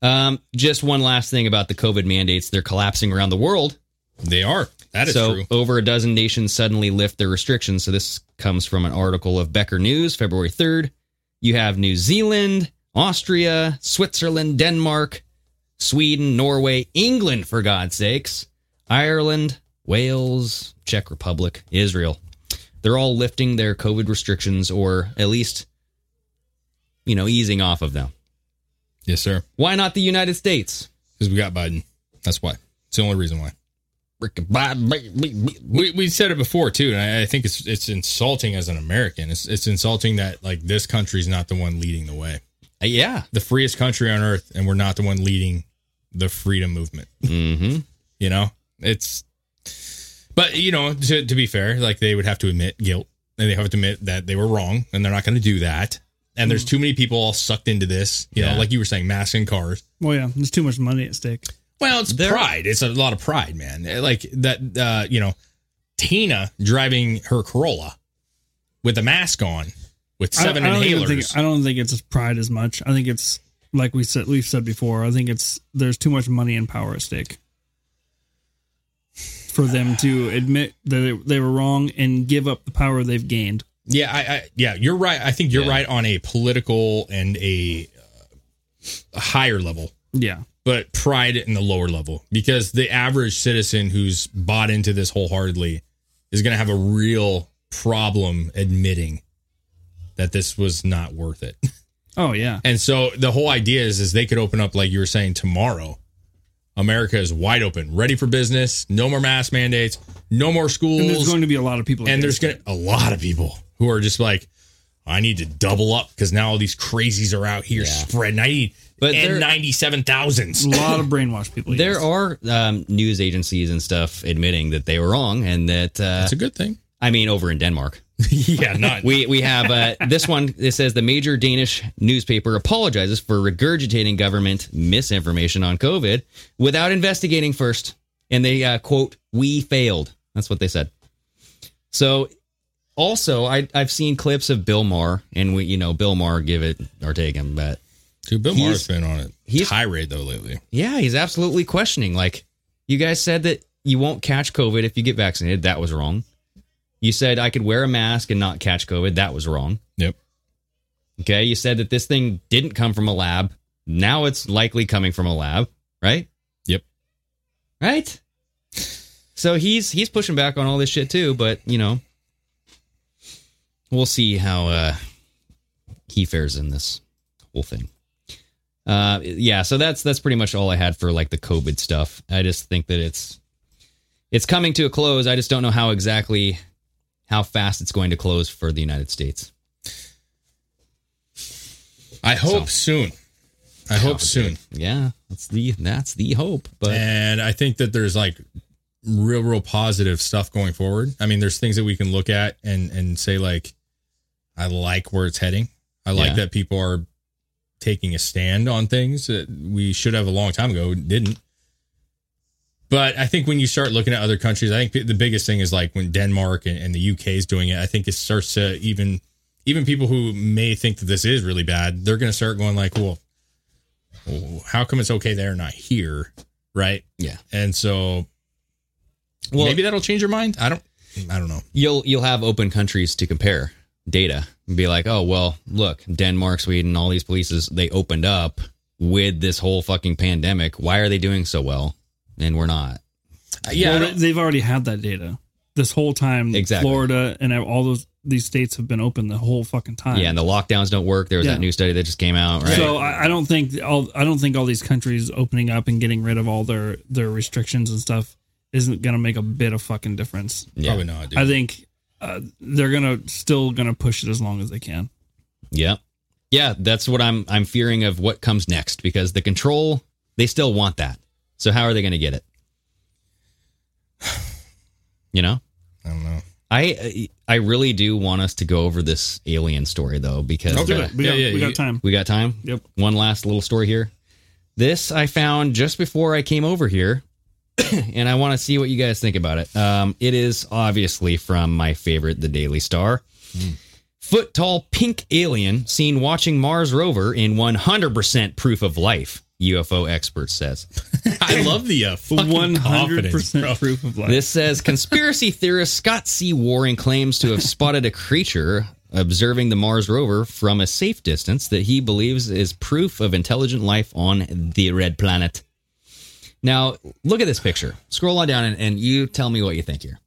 Speaker 7: Um, just one last thing about the COVID mandates. They're collapsing around the world.
Speaker 6: They are. That is
Speaker 7: so
Speaker 6: true.
Speaker 7: over a dozen nations suddenly lift their restrictions. So this comes from an article of Becker News, February 3rd. You have New Zealand, Austria, Switzerland, Denmark, Sweden, Norway, England, for God's sakes, Ireland, Wales, Czech Republic, Israel. They're all lifting their COVID restrictions or at least, you know, easing off of them.
Speaker 6: Yes, sir.
Speaker 7: Why not the United States?
Speaker 6: Because we got Biden. That's why. It's the only reason why. We, we said it before too, and I, I think it's it's insulting as an American. It's it's insulting that like this country's not the one leading the way.
Speaker 7: Uh, yeah,
Speaker 6: the freest country on earth, and we're not the one leading the freedom movement.
Speaker 7: Mm-hmm.
Speaker 6: You know, it's. But you know, to, to be fair, like they would have to admit guilt, and they have to admit that they were wrong, and they're not going to do that. And there's too many people all sucked into this. You
Speaker 8: Yeah.
Speaker 6: know, like you were saying, masking cars.
Speaker 8: Well, yeah, there's too much money at stake.
Speaker 6: Well, it's pride. It's a lot of pride, man. Eh, Like that, uh, you know, Tina driving her Corolla with a mask on, with seven
Speaker 8: I, I don't even
Speaker 6: inhalers.
Speaker 8: think, I don't think it's pride as much. I think it's like we said we've said before. I think it's there's too much money and power at stake for them to admit that they, they were wrong and give up the power they've gained.
Speaker 6: yeah, I, I, yeah, you're right. I think you're right on a political and a, uh, higher level,
Speaker 8: Yeah,
Speaker 6: but pride in the lower level because the average citizen who's bought into this wholeheartedly is going to have a real problem admitting that this was not worth it.
Speaker 8: Oh yeah.
Speaker 6: And so the whole idea is is they could open up like you were saying tomorrow. America is wide open, ready for business. No more mask mandates. No more schools.
Speaker 8: And there's going to be a lot of people.
Speaker 6: And there's
Speaker 8: against
Speaker 6: going to a lot of people who are just like, I need to double up because now all these crazies are out here spreading. I need
Speaker 7: But
Speaker 6: and
Speaker 7: they're-
Speaker 6: ninety seven thousands.
Speaker 8: it. a lot of brainwashed people.
Speaker 7: There are um, news agencies and stuff admitting that they were wrong and that uh,
Speaker 6: That's a good thing.
Speaker 7: I mean, over in Denmark,
Speaker 6: yeah, not
Speaker 7: we we have uh, this one. It says the major Danish newspaper apologizes for regurgitating government misinformation on COVID without investigating first, and they uh, quote, "We failed." That's what they said. So, also, I I've seen clips of Bill Maher, and we you know Bill Maher give it or take him, but
Speaker 6: Dude, Bill
Speaker 7: He's-
Speaker 6: Maher's been on a
Speaker 7: he's-
Speaker 6: tirade though lately.
Speaker 7: yeah, he's absolutely questioning. Like, you guys said that you won't catch COVID if you get vaccinated. That was wrong. You said I could wear a mask and not catch COVID. That was wrong.
Speaker 6: Yep.
Speaker 7: Okay. You said that this thing didn't come from a lab. Now it's likely coming from a lab, right?
Speaker 6: Yep.
Speaker 7: Right. So he's he's pushing back on all this shit too, but you know, we'll see how uh, he fares in this whole thing. Uh, yeah, so that's that's pretty much all I had for like the COVID stuff. I just think that it's it's coming to a close. I just don't know how exactly how fast it's going to close for the United States.
Speaker 6: I hope soon. I hope soon.
Speaker 7: Yeah, that's the that's the hope. But
Speaker 6: and I think that there's like real, real positive stuff going forward. I mean, there's things that we can look at and and say like, I like where it's heading. I like
Speaker 7: Yeah.
Speaker 6: that people are taking a stand on things that we should have a long time ago, didn't. But I think when you start looking at other countries, I think p- the biggest thing is like when Denmark and, and the UK is doing it. I think it starts to even even people who may think that this is really bad, they're going to start going like, well, well, how come it's okay there and not here, right?
Speaker 7: Yeah.
Speaker 6: And so, well, maybe that'll change your mind. I don't. I don't know.
Speaker 7: You'll you'll have open countries to compare data and be like, oh well, look, Denmark, Sweden, all these places they opened up with this whole fucking pandemic. Why are they doing so well, and we're not?
Speaker 8: Well, they- they've already had that data this whole time.
Speaker 7: Exactly.
Speaker 8: Florida and all those these states have been open the whole fucking time.
Speaker 7: yeah, and the lockdowns don't work. There was
Speaker 8: Yeah.
Speaker 7: that new study that just came out, right?
Speaker 8: So I, I don't think all I don't think all these countries opening up and getting rid of all their their restrictions and stuff isn't gonna make a bit of fucking difference. Oh,
Speaker 7: Yeah. Probably not, dude.
Speaker 8: I think uh, they're gonna still gonna push it as long as they can.
Speaker 7: Yeah. Yeah, that's what I'm I'm fearing of what comes next because the control they still want that. So how are they going to get it? You know?
Speaker 6: I don't know.
Speaker 7: I I really do want us to go over this alien story though because
Speaker 8: Let's do it. We got- Yeah, yeah, we got you- time.
Speaker 7: We got time.
Speaker 8: Yep.
Speaker 7: One last little story here. This I found just before I came over here, and I want to see what you guys think about it. Um, it is obviously from my favorite, The Daily Star.
Speaker 8: Hmm.
Speaker 7: Foot tall pink alien seen watching Mars rover in 100% proof of life, UFO expert says.
Speaker 6: I love the uh, fucking 100
Speaker 8: 100% proof of life.
Speaker 7: This says conspiracy theorist Scott C. Waring claims to have spotted a creature observing the Mars rover from a safe distance that he believes is proof of intelligent life on the red planet. Now, look at this picture. Scroll on down and, and you tell me what you think here.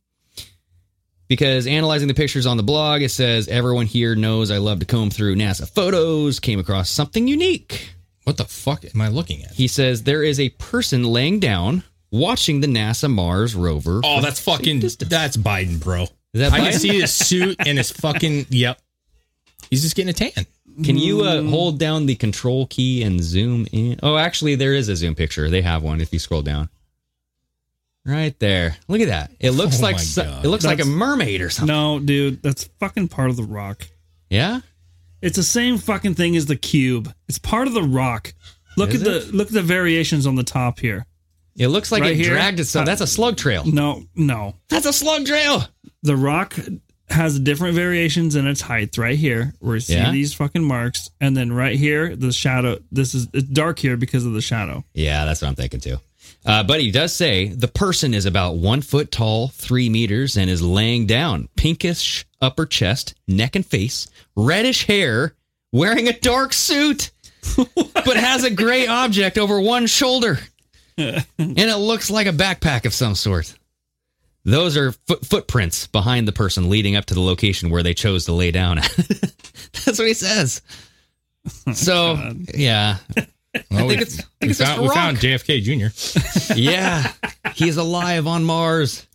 Speaker 7: Because analyzing the pictures on the blog, it says everyone here knows I love to comb through NASA photos, came across something unique.
Speaker 6: What the fuck am I looking at?
Speaker 7: He says there is a person laying down watching the NASA Mars rover.
Speaker 6: Oh,
Speaker 7: from
Speaker 6: that's fucking. That's Biden, bro.
Speaker 7: that
Speaker 6: I
Speaker 7: Biden?
Speaker 6: can see his suit and his fucking. Yep. He's just getting a tan.
Speaker 7: Can you uh,
Speaker 8: Mm.
Speaker 7: hold down the control key and zoom in? Oh, actually, there is a zoom picture. They have one if you scroll down. Right there. Look at that. It looks
Speaker 8: Oh
Speaker 7: like
Speaker 8: my
Speaker 7: so-
Speaker 8: God.
Speaker 7: it looks like a
Speaker 8: That's-
Speaker 7: mermaid or something.
Speaker 8: No, dude, that's fucking part of the rock.
Speaker 7: Yeah.
Speaker 8: It's the same fucking thing as the cube. It's part of the rock. Look
Speaker 7: Is
Speaker 8: at the look at the variations on the top here.
Speaker 7: It looks like
Speaker 8: Right
Speaker 7: it
Speaker 8: here?
Speaker 7: dragged itself. That's a slug trail.
Speaker 8: No, no.
Speaker 7: That's a slug trail.
Speaker 8: The rock has different variations in its height right here where you see
Speaker 7: Yeah.
Speaker 8: these fucking marks and then right here the shadow this is it's dark here because of the shadow.
Speaker 7: Yeah, that's what I'm thinking too. Uh, but he does say the person is about one foot tall, three meters, and is laying down, pinkish upper chest, neck and face, reddish hair, wearing a dark suit, but has a gray object over one shoulder, and it looks like a backpack of some sort. Those are foot footprints behind the person leading up to the location where they chose to lay down. That's what he says. So, yeah.
Speaker 6: Well,
Speaker 7: I
Speaker 6: we,
Speaker 7: think it's, I
Speaker 6: Oh, we
Speaker 7: think it's
Speaker 6: found,
Speaker 7: found,
Speaker 6: we found JFK Jr.
Speaker 7: yeah, he's alive on Mars.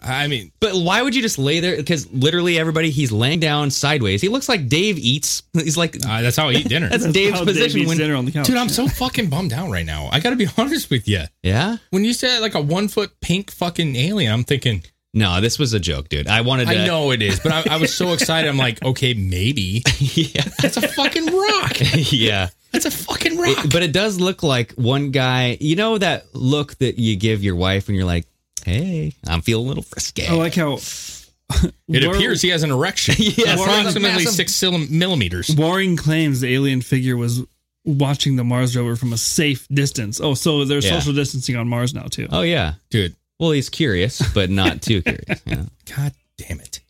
Speaker 6: I mean,
Speaker 7: but why would you just lay there? Because literally everybody, he's laying down sideways. He looks like Dave eats. He's like
Speaker 6: Uh, that's how I eat dinner.
Speaker 7: That's, Dave's position when
Speaker 6: Dude, I'm so fucking bummed out right now. I got to be honest with you.
Speaker 7: Yeah.
Speaker 6: When you said like a one foot pink fucking alien, I'm thinking.
Speaker 7: No, this was a joke, dude. I wanted. to-
Speaker 6: I know it is, but I, I was so excited. I'm like, okay, maybe.
Speaker 7: yeah.
Speaker 6: That's a fucking rock.
Speaker 7: yeah.
Speaker 6: That's a fucking rock.
Speaker 7: It- but it does look like one guy. You know that look that you give your wife when you're like, "Hey, I'm feeling a little frisky."
Speaker 8: I like how
Speaker 6: It
Speaker 8: Where-
Speaker 6: appears he has an erection.
Speaker 7: Yeah,
Speaker 6: approximately
Speaker 7: massive-
Speaker 6: six sil- millimeters.
Speaker 8: Waring claims the alien figure was watching the Mars rover from a safe distance. Oh, so there's
Speaker 7: Yeah.
Speaker 8: social distancing on Mars now too.
Speaker 7: Oh yeah,
Speaker 6: dude.
Speaker 7: Well, he's curious, but not too curious. Yeah.
Speaker 6: God damn it!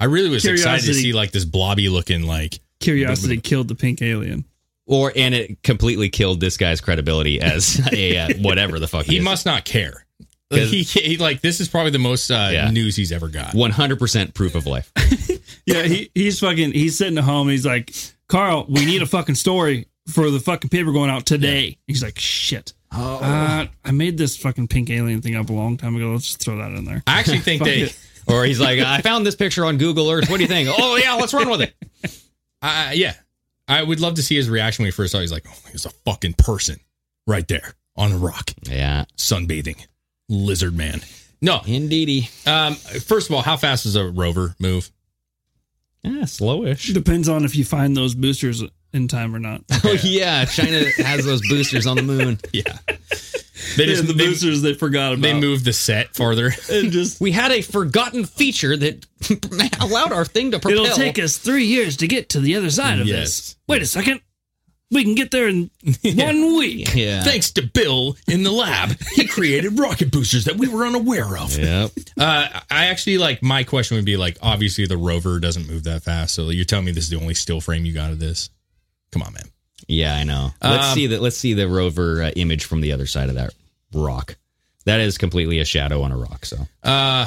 Speaker 6: I really was excited to
Speaker 8: Curiosity.
Speaker 6: see like this blobby looking like.
Speaker 8: Curiosity killed the pink alien.
Speaker 7: Or and it completely killed this guy's credibility as a uh, whatever the fuck
Speaker 6: He
Speaker 7: is.
Speaker 6: must not care.
Speaker 7: 'Cause-
Speaker 6: He, he like this is probably the most uh,
Speaker 7: Uh, Yeah.
Speaker 6: news he's ever got.
Speaker 7: 100% proof of life.
Speaker 8: Yeah, he, he's fucking he's sitting at home and he's like, Carl, we need a fucking story for the fucking paper going out today. He's like, shit.
Speaker 7: Oh.
Speaker 8: Uh, I made this fucking pink alien thing up a long time ago. Let's just throw that in there.
Speaker 6: I actually think
Speaker 8: Fuck
Speaker 6: they.
Speaker 8: it.
Speaker 7: Or he's like, I found this picture on Google Earth. What do you think? Oh, yeah, let's run with it.
Speaker 6: I I- yeah, I would love to see his reaction when he first saw. It. He's like, "Oh, there's a fucking person right there on a rock,
Speaker 7: Yeah.
Speaker 6: sunbathing, lizard man." No,
Speaker 7: indeedy.
Speaker 6: Um, first of all, how fast does a rover move?
Speaker 7: Yeah, slowish.
Speaker 8: Depends on if you find those boosters in time or not.
Speaker 7: Oh yeah, China has those boosters on the moon.
Speaker 6: Yeah,
Speaker 8: They just- the boosters they forgot about.
Speaker 6: They moved the set farther.
Speaker 8: and just
Speaker 7: we had a forgotten feature that allowed our thing to propel.
Speaker 8: It'll take us three years to get to the other side of
Speaker 6: Yes.
Speaker 8: this. Wait a second. We can get there in one week.
Speaker 7: Yeah.
Speaker 6: Thanks to Bill in the lab, he created rocket boosters that we were unaware of.
Speaker 7: Yep.
Speaker 6: Uh, I actually like my question would be like, obviously the rover doesn't move that fast, so you're telling me this is the only still frame you got of this? Come on, man.
Speaker 7: Yeah, I know. Let's
Speaker 6: Um,
Speaker 7: see that. Let's see the rover uh, image from the other side of that rock. That is completely a shadow on a rock. So
Speaker 6: Uh,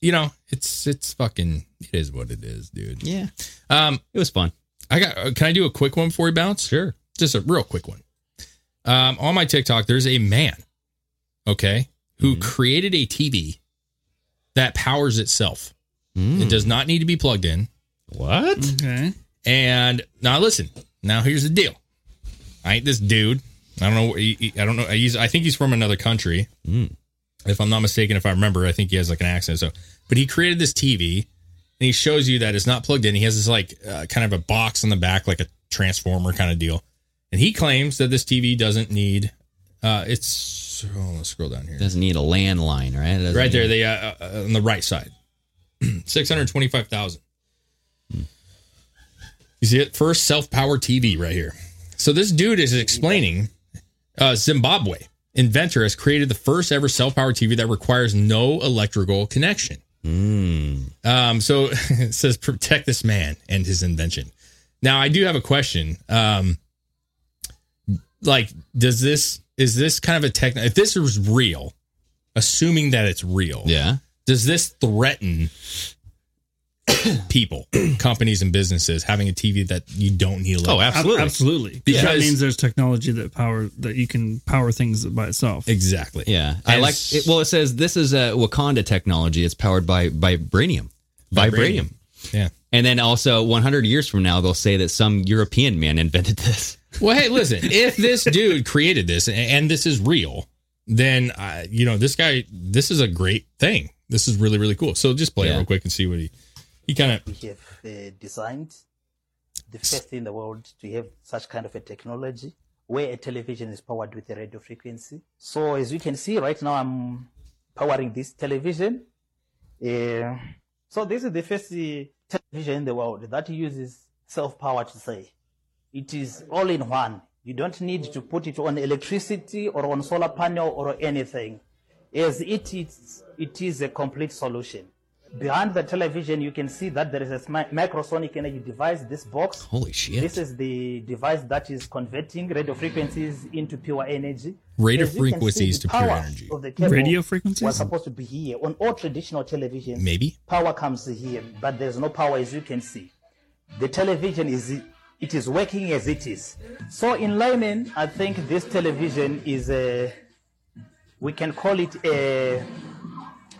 Speaker 6: you know, it's it's fucking it is what it is, dude.
Speaker 7: Yeah.
Speaker 6: Um,
Speaker 7: it was fun.
Speaker 6: I got. uh, Can I do a quick one before we bounce? Sure. Just a real quick one. Um, on my TikTok, there's a man, okay, who created a TV that powers itself. It does not need to be plugged in.
Speaker 7: What?
Speaker 8: Okay.
Speaker 6: And now listen. Now here's the deal. I ain't this dude. I don't know. wh- he- he- I don't know. He's. I think he's from another country. If I'm not mistaken, if I remember, I think he has like an accent. So, but he created this TV, and he shows you that it's not plugged in. He has this like uh, kind of a box on the back, like a transformer kind of deal. And he claims that this TV doesn't need. Uh, it's. Oh, let's scroll down here.
Speaker 7: doesn't need a landline, right? It doesn't
Speaker 6: Right there,
Speaker 7: need-
Speaker 6: they uh, uh, on the right side, six hundred twenty-five thousand. You see it first self-powered TV right here. So this dude is explaining uh, Zimbabwe inventor has created the first ever self-powered TV that requires no electrical connection.
Speaker 7: Hmm.
Speaker 6: Um, so it says protect this man and his invention. Now I do have a question. Um, like, does this is this kind of a tech? If this is real, assuming that it's real,
Speaker 7: Yeah.
Speaker 6: does this threaten people, companies, and businesses having a TV that you don't need?
Speaker 7: Oh,
Speaker 6: electric-
Speaker 8: Ab- absolutely. Because that
Speaker 6: Because-
Speaker 8: means there's technology that power that you can power things by itself.
Speaker 6: Exactly.
Speaker 7: Yeah, I
Speaker 6: And
Speaker 7: like. It, well, it says this is a Wakanda technology. It's powered by vibranium. Vibranium.
Speaker 6: Yeah.
Speaker 7: And then also, 100 years from now, they'll say that some European man invented this.
Speaker 6: Well, hey, listen, if this dude created this and, and this is real, then I, you know this guy. This is a great thing. This is really really cool. So just play it
Speaker 13: Yeah.
Speaker 6: real quick and see what he he kind of.
Speaker 13: We have uh, designed the first in the world to have such kind of a technology where a television is powered with a radio frequency. So as you can see right now, I'm powering this television. Uh, so this is the first uh, television in the world that uses self-power to say. It is all in one. You don't need to put it on electricity or on solar panel or anything. As it is, it is a complete solution. Behind the television, you can see that there is a smi- microsonic energy device, this box.
Speaker 7: Holy shit.
Speaker 13: This is the device that is converting radio frequencies into pure energy.
Speaker 6: Radio
Speaker 13: As you can see,
Speaker 6: frequencies
Speaker 13: the
Speaker 6: to pure
Speaker 13: power
Speaker 6: energy.
Speaker 13: of the cable
Speaker 8: Radio frequencies?
Speaker 13: was supposed to be here on all traditional televisions.
Speaker 6: Maybe.
Speaker 13: power comes here, but there's no power as you can see. The television is it is working as it is. So in layman, I think this television is a we can call it a,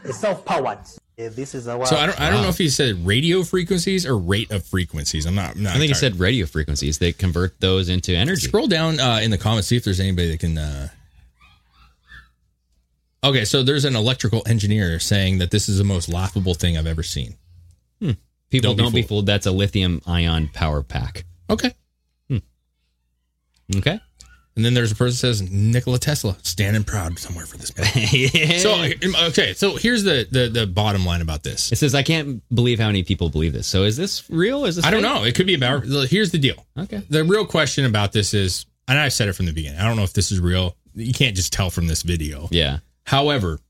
Speaker 13: a self-powered. Uh, This is our
Speaker 6: So I don't I don't
Speaker 13: Wow.
Speaker 6: know if he said radio frequencies or rate of frequencies. I'm not. I'm not
Speaker 7: I think he
Speaker 6: entirely-
Speaker 7: said radio frequencies. They convert those into energy.
Speaker 6: Scroll down uh, in the comments, see if there's anybody that can. Uh... Okay, so there's an electrical engineer saying that this is the most laughable thing I've ever seen.
Speaker 7: People don't, be, fooled. That's a lithium ion power pack.
Speaker 6: Okay.
Speaker 7: Okay.
Speaker 6: And then there's a person that says Nikola Tesla standing proud somewhere for this man.
Speaker 7: Yeah.
Speaker 6: So okay, so here's the, the the bottom line about this.
Speaker 7: It says, I can't believe how many people believe this. So is this real? Is this
Speaker 6: I don't
Speaker 7: fake?
Speaker 6: know. It could be about. Here's the deal.
Speaker 7: Okay.
Speaker 6: The real question about this is, and I said it from the beginning. I don't know if this is real. You can't just tell from this video.
Speaker 7: Yeah.
Speaker 6: However,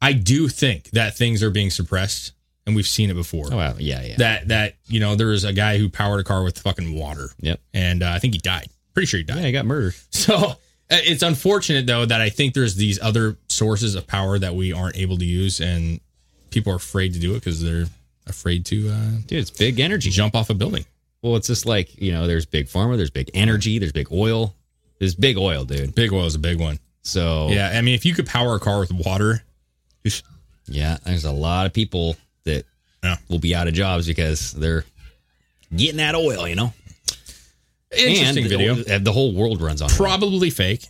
Speaker 6: I do think that things are being suppressed, and we've seen it before.
Speaker 7: Oh, wow. Yeah, yeah.
Speaker 6: That that you know there was a guy who powered a car with fucking water.
Speaker 7: Yep.
Speaker 6: and uh, I think he died. Pretty sure he died.
Speaker 7: Yeah, he got murdered.
Speaker 6: So uh, it's unfortunate though that I think there's these other sources of power that we aren't able to use, and people are afraid to do it because they're afraid to. Uh,
Speaker 7: Dude, it's big energy.
Speaker 6: Jump off a building.
Speaker 7: Well, it's just like, you know, there's big pharma, there's big energy, there's big oil. There's big oil, dude.
Speaker 6: big oil is a big one.
Speaker 7: So
Speaker 6: Yeah, I mean, if you could power a car with water,
Speaker 7: Yeah, there's a lot of people that
Speaker 6: Yeah.
Speaker 7: will be out of jobs because they're getting that oil, you know.
Speaker 6: interesting
Speaker 7: and
Speaker 6: video.
Speaker 7: The, the whole world runs on oil.
Speaker 6: probably fake.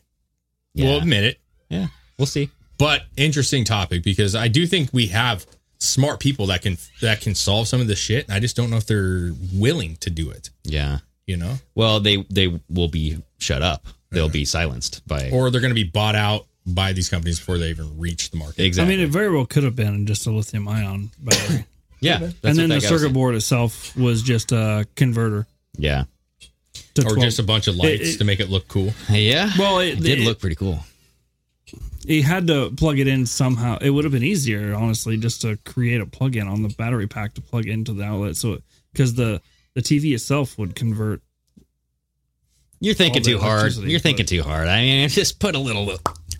Speaker 7: Yeah.
Speaker 6: We'll admit it.
Speaker 7: Yeah, we'll see.
Speaker 6: But interesting topic because I do think we have smart people that can that can solve some of this shit. I just don't know if they're willing to do it.
Speaker 7: Yeah.
Speaker 6: You know,
Speaker 7: Well, they they will be shut up. They'll be silenced by
Speaker 6: or they're going to be bought out by these companies before they even reach the market.
Speaker 8: I mean, it very well could have been just a lithium ion battery.
Speaker 7: Yeah, that's what
Speaker 8: and then
Speaker 7: that
Speaker 8: the
Speaker 7: guy was
Speaker 8: circuit
Speaker 7: saying.
Speaker 8: board itself was just a converter.
Speaker 7: Yeah.
Speaker 8: To
Speaker 6: or
Speaker 8: 12.
Speaker 6: just a bunch of lights
Speaker 8: It- it-
Speaker 6: to make it look cool.
Speaker 7: Yeah.
Speaker 8: Well, it,
Speaker 7: did
Speaker 8: it-
Speaker 7: look pretty cool.
Speaker 8: He had to plug it in somehow. It would have been easier, honestly, just to create a plug-in on the battery pack to plug into the outlet. So, because the the TV itself would convert.
Speaker 7: You're thinking
Speaker 8: all the
Speaker 7: too hard.
Speaker 8: electricity,
Speaker 7: You're
Speaker 8: but-
Speaker 7: thinking too hard. I mean, just put a little.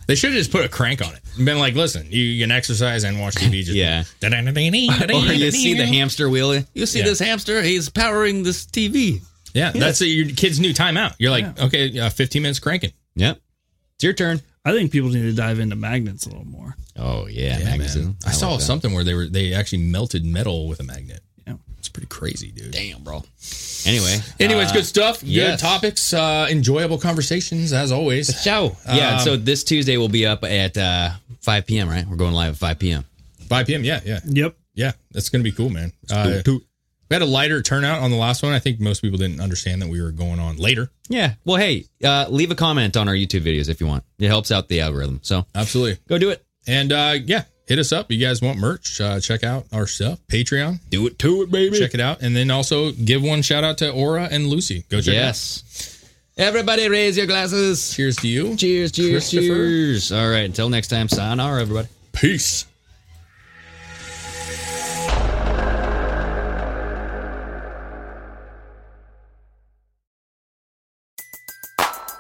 Speaker 6: They should have just put a crank on it. And been like, listen, you, you can exercise and watch TV. Just yeah.
Speaker 7: or you see the hamster wheel. You see
Speaker 6: Yeah.
Speaker 7: this hamster? He's powering this TV.
Speaker 6: Yeah, that's your kid's new timeout. You're like, okay, uh, 15 minutes cranking.
Speaker 7: Yep. It's your turn.
Speaker 8: I think people need to dive into magnets a little more.
Speaker 7: Oh yeah,
Speaker 6: Yeah,
Speaker 7: magazine.
Speaker 6: man. I, saw
Speaker 7: like that.
Speaker 6: something where they were they actually melted metal with a magnet.
Speaker 8: Yeah,
Speaker 6: it's pretty crazy, dude.
Speaker 7: Damn, bro. Anyway,
Speaker 6: Anyways,
Speaker 7: uh,
Speaker 6: good stuff. Good
Speaker 7: yes.
Speaker 6: topics. Uh, enjoyable conversations as always.
Speaker 7: Ciao. Yeah.
Speaker 6: Um,
Speaker 7: so this Tuesday will be up at uh, 5 p.m. Right? We're going live at 5 p.m.
Speaker 6: 5 p.m. Yeah, yeah,
Speaker 8: Yep.
Speaker 6: yeah. That's gonna be cool, man. Uh,
Speaker 7: do
Speaker 6: we had a lighter turnout on the last one. I think most people didn't understand that we were going on later.
Speaker 7: Yeah. Well, hey, uh, leave a comment on our YouTube videos if you want. It helps out the algorithm. So
Speaker 6: Absolutely.
Speaker 7: go do it.
Speaker 6: And uh, yeah, hit us up. You guys want merch? Uh, check out our stuff, Patreon.
Speaker 7: Do it to it, baby.
Speaker 6: Check it out, and then also give one shout out to Aura and Lucy. Go check. It out.
Speaker 7: yes. Everybody raise your glasses.
Speaker 6: Cheers to you.
Speaker 7: Cheers, cheers,
Speaker 6: Christopher.
Speaker 7: cheers. All right. Until next time, sayonara, everybody.
Speaker 6: Peace.